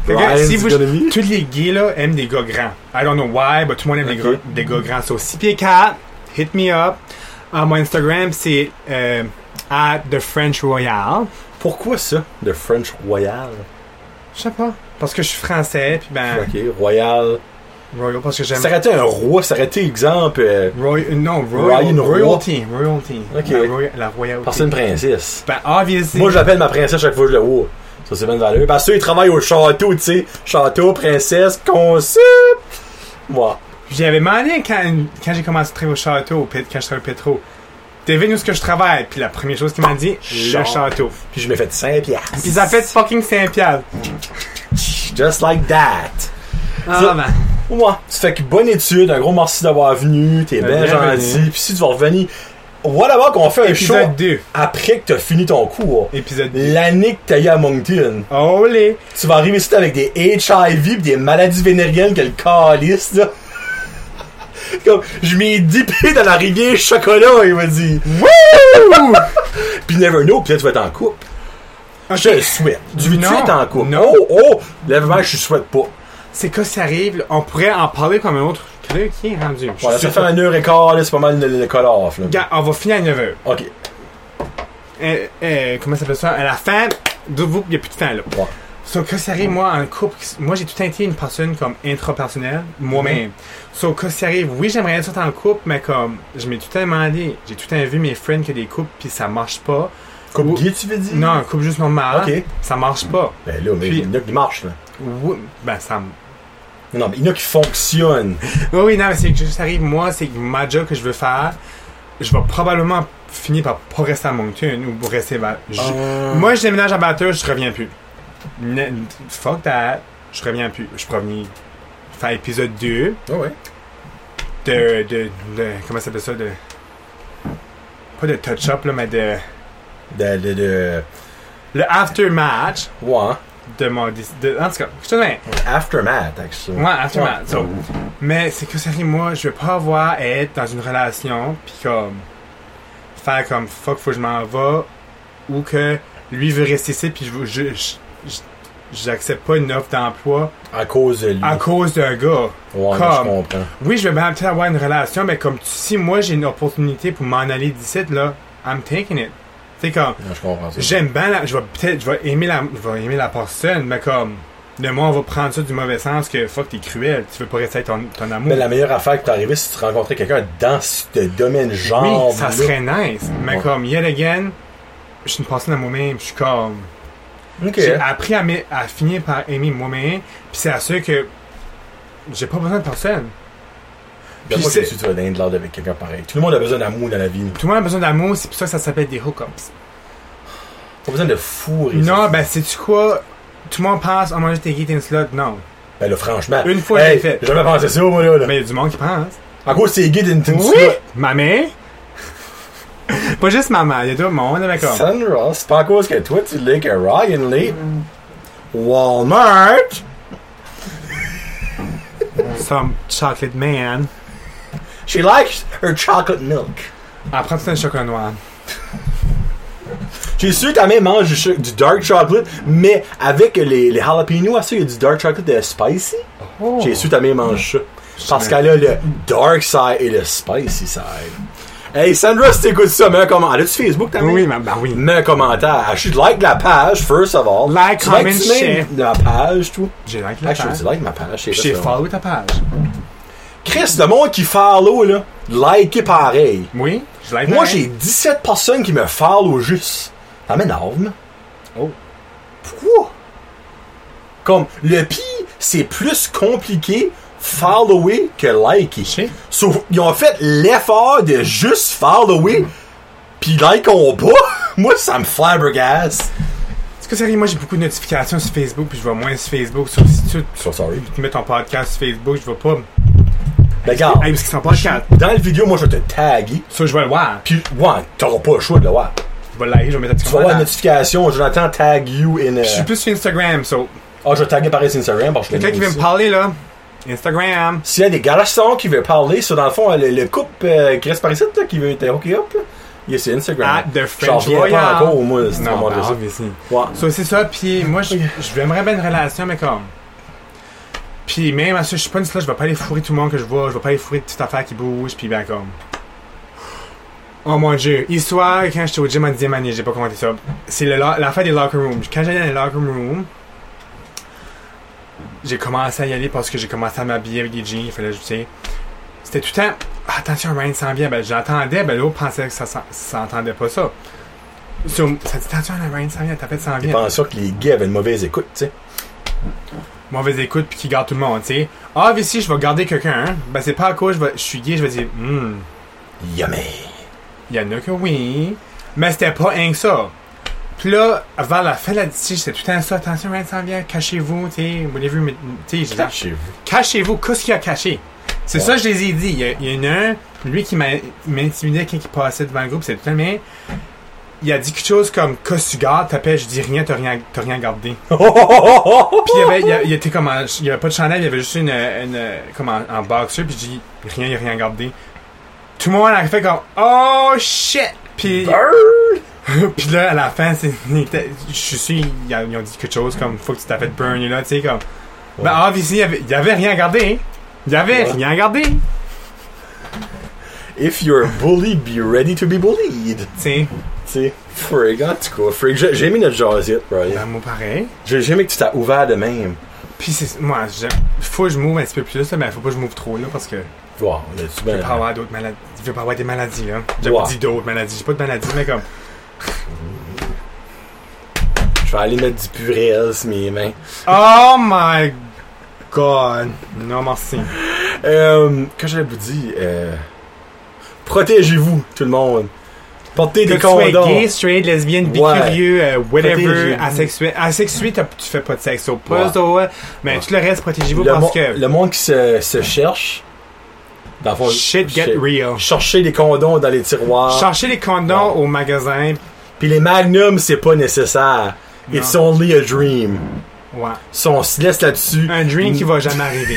Fait que, Ryan's si vous, gonna be- tous les gays là aiment des gars grands. I don't know why, but tout le monde aime des Ok. gars- des, gars grands. So 6 pieds 4, hit me up. Ah, mon Instagram c'est euh, at the French Royal. Pourquoi ça? The French Royal. Je sais pas. Parce que je suis français, puis ben OK, Royal. Royal parce que j'aime. S'arrêter un roi, s'arrêter exemple, euh, Roy, non, Ryan Royal, Roy. royalty, royalty. Ok. La, roya- la royauté. parce que c'est une princesse. Ben obviously. Moi, je l'appelle ma princesse chaque fois que je le vois. Ça, c'est bien valeur. Parce que ils travaillent au château, tu sais. Château, princesse, concept. Moi. J'avais demandé quand, quand j'ai commencé à travailler au château, au pit- quand je travaillais au pétro. Devine où ce que je travaille. Puis la première chose qu'il m'a dit, le Genre. château. Puis ah, je me fait 5 piastres. Puis ça fait fucking 5 piastres. Just like that. Ah ben. Moi. Tu fais que bonne étude, un gros merci d'avoir venu, t'es bien bienvenue. gentil. Puis si tu vas revenir, voilà about qu'on fait un show Épisode 2. après que t'as fini ton cours? Épisode 2. L'année que t'as eu à Moncton, Oh les. tu vas arriver ici avec des HIV pis des maladies vénériennes que le calice, là. Comme, je m'ai dipé dans la rivière chocolat, il m'a dit. Wouh! Pis never know, pis là, tu vas être en couple. Je le souhaite. Tu veux-tu Non. être en couple? Non. Oh, oh! Lèvement, je le souhaite pas. C'est quoi ça arrive? là, On pourrait en parler comme un autre truc qui est rendu. Je Voilà, suis ça fait sûr que- un heure et quart, là, c'est pas mal le, le call-off, là. Gars, on va finir à 9h. Ok. Euh, euh, comment ça s'appelle ça? À la fin, il n'y a plus de temps là. Ouais. So, que ça arrive, moi, en couple, moi, j'ai tout le temps été une personne comme intrapersonnelle, moi-même. Mm-hmm. So, que ça arrive, oui, j'aimerais être en couple, mais comme, je m'ai tout le temps demandé, j'ai tout le temps vu mes friends qui ont des couples, puis ça marche pas. Comme Ou- Guy, tu veux dire? Non, un couple juste normal, Ok. ça marche pas. Ben là, mais Puis- il y en a qui marchent, là. Oui, ben, ça. m- Non, mais il y en a qui fonctionnent. Oui, oui, non, mais c'est que ça arrive, moi, c'est que ma job que je veux faire, je vais probablement finir par pas rester à Moncton ou rester à. je- Ah. Ah. Moi, je déménage à Bathurst, je reviens plus. Ne- fuck that. Je reviens plus. Je promis. Faire épisode 2 Ah ouais. de. de, de- comment ça s'appelle ça de, Pas de touch-up, là, mais de. De, de, de... Le after-match Ouais. hein. de mon. déc- de- en tout cas, je te dis, Aftermath, actually. Ouais, after-match. so. Mais c'est que ça arrive, moi, je veux pas avoir à être dans une relation, puis comme. faire comme fuck, faut que je m'en vais, ou que lui veut rester ici, puis je veux- je- je- je- j'accepte pas une offre d'emploi À cause de lui. à cause d'un gars. Ouais, Comme. je comprends. Oui, je vais bien peut-être avoir une relation, mais comme tu- si moi j'ai une opportunité pour m'en aller d'ici, là, I'm taking it. Tu sais, comme, Non, je comprends ça. j'aime bien la. Je vais peut-être, je vais aimer la, je vais aimer la personne, mais comme, le monde va prendre ça du mauvais sens que fuck, t'es cruel, tu veux pas rester avec ton, ton amour. Mais la meilleure affaire qui t'est arrivée, c'est que tu rencontrais quelqu'un dans ce domaine genre. Oui, ça serait nice, mais Oh, Ouais. comme, yet again, je suis une personne à moi-même, je suis comme. Ok. J'ai appris à, m'a- à finir par aimer moi-même, puis c'est à ça que j'ai pas besoin de personne. Puis Puis Ben, moi, c'est- je suis sûr d'être l'ordre avec quelqu'un pareil. Tout le monde a besoin d'amour dans la vie. Tout le monde a besoin d'amour, c'est pour ça que ça s'appelle des hookups. Pas besoin de fourrer. ça. Non, ben, sais-tu quoi? Tout le monde pense, oh mon dieu, t'es gay, t'es une slut. Non. Ben là, franchement. Une fois, hey, j'ai fait. J'ai jamais pensé ça, moi, là. là. Mais il y a du monde qui pense. En gros, c'est gay d'une petite Ma mère? Pas juste maman, il y a tout le monde, mais comme. Sandra, c'est pas à cause que toi, tu l'es que Ryan Lee. Walmart! Some chocolate man. She likes her chocolate milk. Après, c'est un chocolat noir. J'ai su que ta mère mange du, cho- du dark chocolate, mais avec les, les jalapenos, à ça, il y a du dark chocolate de spicy. Oh. J'ai su que ta mère mange ça. Parce qu'elle a le dark side et le spicy side. Hey Sandra, si t'écoutes ça, mets un commentaire. As-tu Facebook ta mère? Oui, ma, bah oui. Mets un commentaire. Ah, Je like la page, first of all. Like, Tu likes-tu comment, même share. La page, Ah, tout. J'ai like la Actually, page. tu like ma page. c'est Puis J'ai ça. follow ta page. Chris, le monde qui follow, là, like pareil. Oui, je like Moi, pareil. j'ai 17 personnes qui me follow juste. Ça m'énerve. Oh. Pourquoi? Comme, le pire, c'est plus compliqué follower que liker. sais. Sauf, ils ont fait l'effort de juste follower, pis likeons pas. Moi, ça me flabbergasse. Est-ce que sérieux, moi, j'ai beaucoup de notifications sur Facebook, puis je vois moins sur Facebook. Sauf si tu, So sorry. tu mets ton podcast sur Facebook, je vois pas. Ben, regarde, Hey, parce qu'ils sont podcast. dans la vidéo, moi, je vais te taguer. Ça, je vais le voir. Pis, ouais, t'auras pas le choix de le voir. Je vais le liker, je vais mettre un petit Tu vas avoir commentaire. une notification, Jonathan, tag you in. euh, Je suis plus sur Instagram, so. Ah, je vais taguer par Instagram parce que je Quelqu'un qui l'aime veut me aussi. parler, là. Instagram. S'il y a des garçons qui veulent parler, ça, dans le fond, le, le couple euh, qui reste par ici, là, qui veut être hooké up, là, il est sur Instagram. At the J'en French reviens Royal. pas encore, moi, c'est Non, vraiment bah, de ça. obviously. Ouais. So, c'est ça, puis moi, je, je aimerais bien une relation, mais comme. Puis même à ça, je suis pas une slut, je vais pas aller fourrer tout le monde que je vois, je vais pas aller fourrer de petites affaires qui bougent, puis ben comme. Oh mon dieu, histoire, quand j'étais au gym en 10e année, j'ai pas commenté ça. C'est le lo- l'affaire des locker rooms. Quand j'allais dans les locker rooms, j'ai commencé à y aller parce que j'ai commencé à m'habiller avec des jeans, il fallait, tu sais. C'était tout le temps, ah, attention, Ryan s'en vient, ben j'entendais, ben l'autre pensait que ça s'en- ça s'entendait pas ça. So, ça dit, attention, Ryan s'en vient, t'as fait s'en Je vient. pense ça que les gays avaient une mauvaise écoute, tu sais. mauvaise écoute puis qui garde tout le monde, tu sais. Ah, mais si je vais garder quelqu'un, ben c'est pas à cause, je, vais- je suis gay, je vais dire, hmm, Yummy. il y en a que oui. Mais c'était pas rien que ça. Puis là, vers la fin de la discussion, c'était tout le temps ça, attention, Ryan s'en vient, cachez-vous, tu sais, voulez-vous, me- tu sais, je dis, Chez vous. cachez-vous, qu'est-ce qu'il y a caché? C'est Ouais. ça, je les ai dit. Il y, a- il y en a un, lui qui m'a- m'intimidait quand il passait devant le groupe, c'est tout le temps, mais il a dit quelque chose comme, qu'est-ce que tu gardes, t'appelles, je dis rien, t'as rien, t'as rien gardé. Puis il y avait, il y Oh, a- il était comme, en- il y avait pas de chandail, il y avait juste une, une euh, comme en, en boxer, puis j'ai dit, rien, il a rien gardé. Tout le monde a fait comme, oh shit! Puis, Bird. puis là, à la fin, c'est, il était- je suis sûr, ils a- ils ont dit quelque chose comme, faut que tu t'appelles Burn, là, tu sais, comme. Ben, ah, ici, il y avait, il y avait rien gardé, hein. Il y avait Ouais. rien gardé, tu If you're a bully, be ready to be bullied. sais. sais, Frig, en tout cas, Frig, j'ai j'ai aimé notre jazzette, Ben, Brian. moi, pareil. J'ai j'ai aimé que tu t'as ouvert de même. Puis, c'est, moi, j'aime- faut que je m'ouvre un petit peu plus, là, mais faut pas que je m'ouvre trop, là, parce que Wow, on est-tu bien... je veux pas avoir d'autres maladies. Je veux pas avoir des maladies, là. J'ai Ouais. pas dit d'autres maladies. J'ai pas de maladies, mais comme. Je vais aller mettre du purel sur mes mains. Oh my god. Non, merci. Euh, que j'allais vous dire, euh, protégez-vous, tout le monde. Portez Que des tu sois condoms. gay, straight, lesbienne, Ouais. bicurieux, euh, whatever, Protégez-vous. asexué. Asexué, t'as- tu fais pas de sexe au Ouais. poste, ouais. mais Ouais. tout le reste, protégez-vous Le, parce mo- que le monde qui se, se cherche, dans le fond, shit get ch- real. cherchez des condoms dans les tiroirs. Cherchez les condoms au magasin. Puis les magnums, c'est pas nécessaire. It's only a dream. Ouais. Si on se laisse là-dessus. Un dream qui va jamais arriver.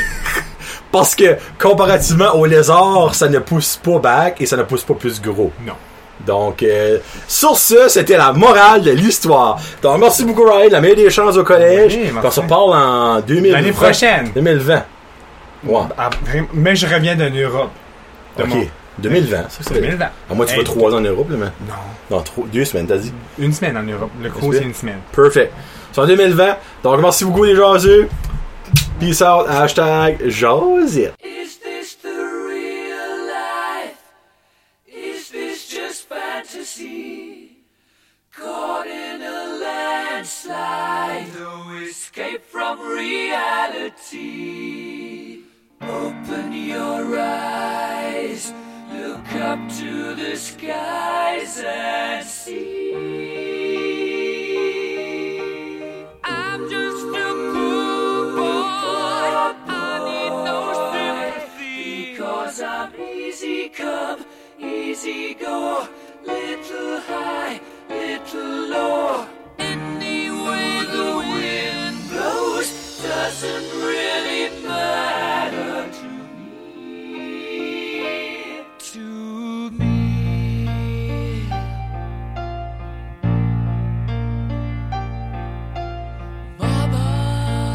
Parce que, comparativement au lézard, ça ne pousse pas back et ça ne pousse pas plus gros. Non. Donc, euh, sur ce, c'était la morale de l'histoire. Donc, merci beaucoup, Ryan. La meilleure des chances au collège. Oui, Puis on merci. se reparle en 2020. L'année prochaine. 2020. Ouais. Ah, vraiment, Mais je reviens de l'Europe. De OK. mon- 2020. Ça, c'est 2020. À moi, tu Hey. vas trois ans en Europe, là, mais. Non. Non, trois, deux semaines, t'as dit. Une semaine en Europe. Le cruise, c'est une semaine. Perfect. C'est en 2020. Donc, merci beaucoup, les jaseux. Peace out. Hashtag Josette. Is this the real life? Is this just fantasy? Caught in a landslide, no escape from reality. Open your eyes, look up to the skies and see. I'm just a poor boy. I need no sympathy. Because I'm easy come, easy go. Little high, little low. Anyway, the wind blows doesn't really matter to me. To me.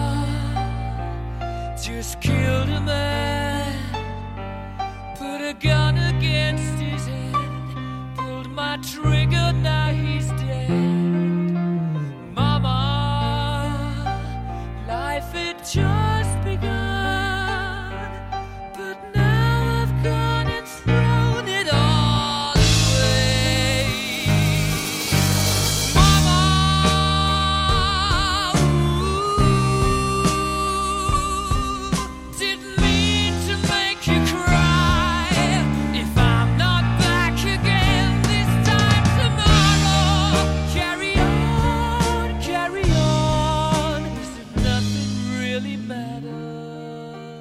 Mama just killed a man, put a gun against his head, pulled my trigger, now he's dead. Mama, life had just begun, but now I've gone and thrown it all away. Mama, ooh, didn't mean to make you cry. If I'm not back again this time tomorrow, carry on, carry on, as if nothing really matters.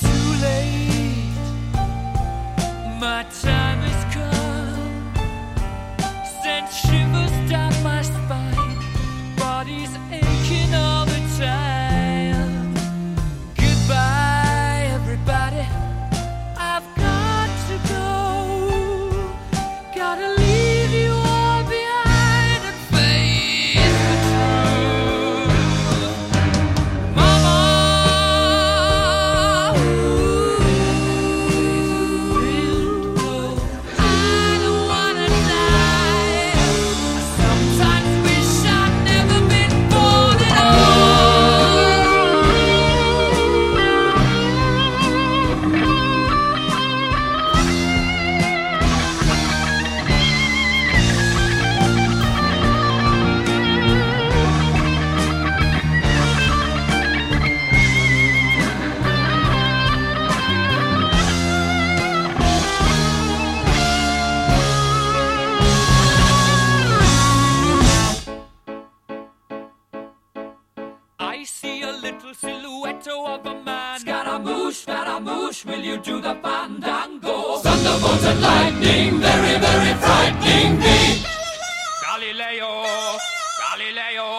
too late. My time has come. Sent shivers down my spine. Body's aching all the time. Goodbye, everybody. I've got to go. Gotta leave you all behind and face the truth. Mama, I don't wanna die. Sometimes wish I'd never been born at all. I see a little silhouette of a man. Scaramouche, Scaramouche, will you do the fandango? Thunderbolts and lightning, very, very frightening me. Galileo, Galileo,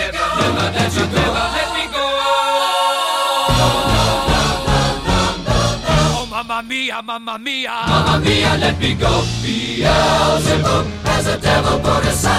me go. We'll not let you go. Let me go. Oh, mamma mia, mamma mia. Mamma mia, let me go. Beelzebub has a devil put aside. Oh,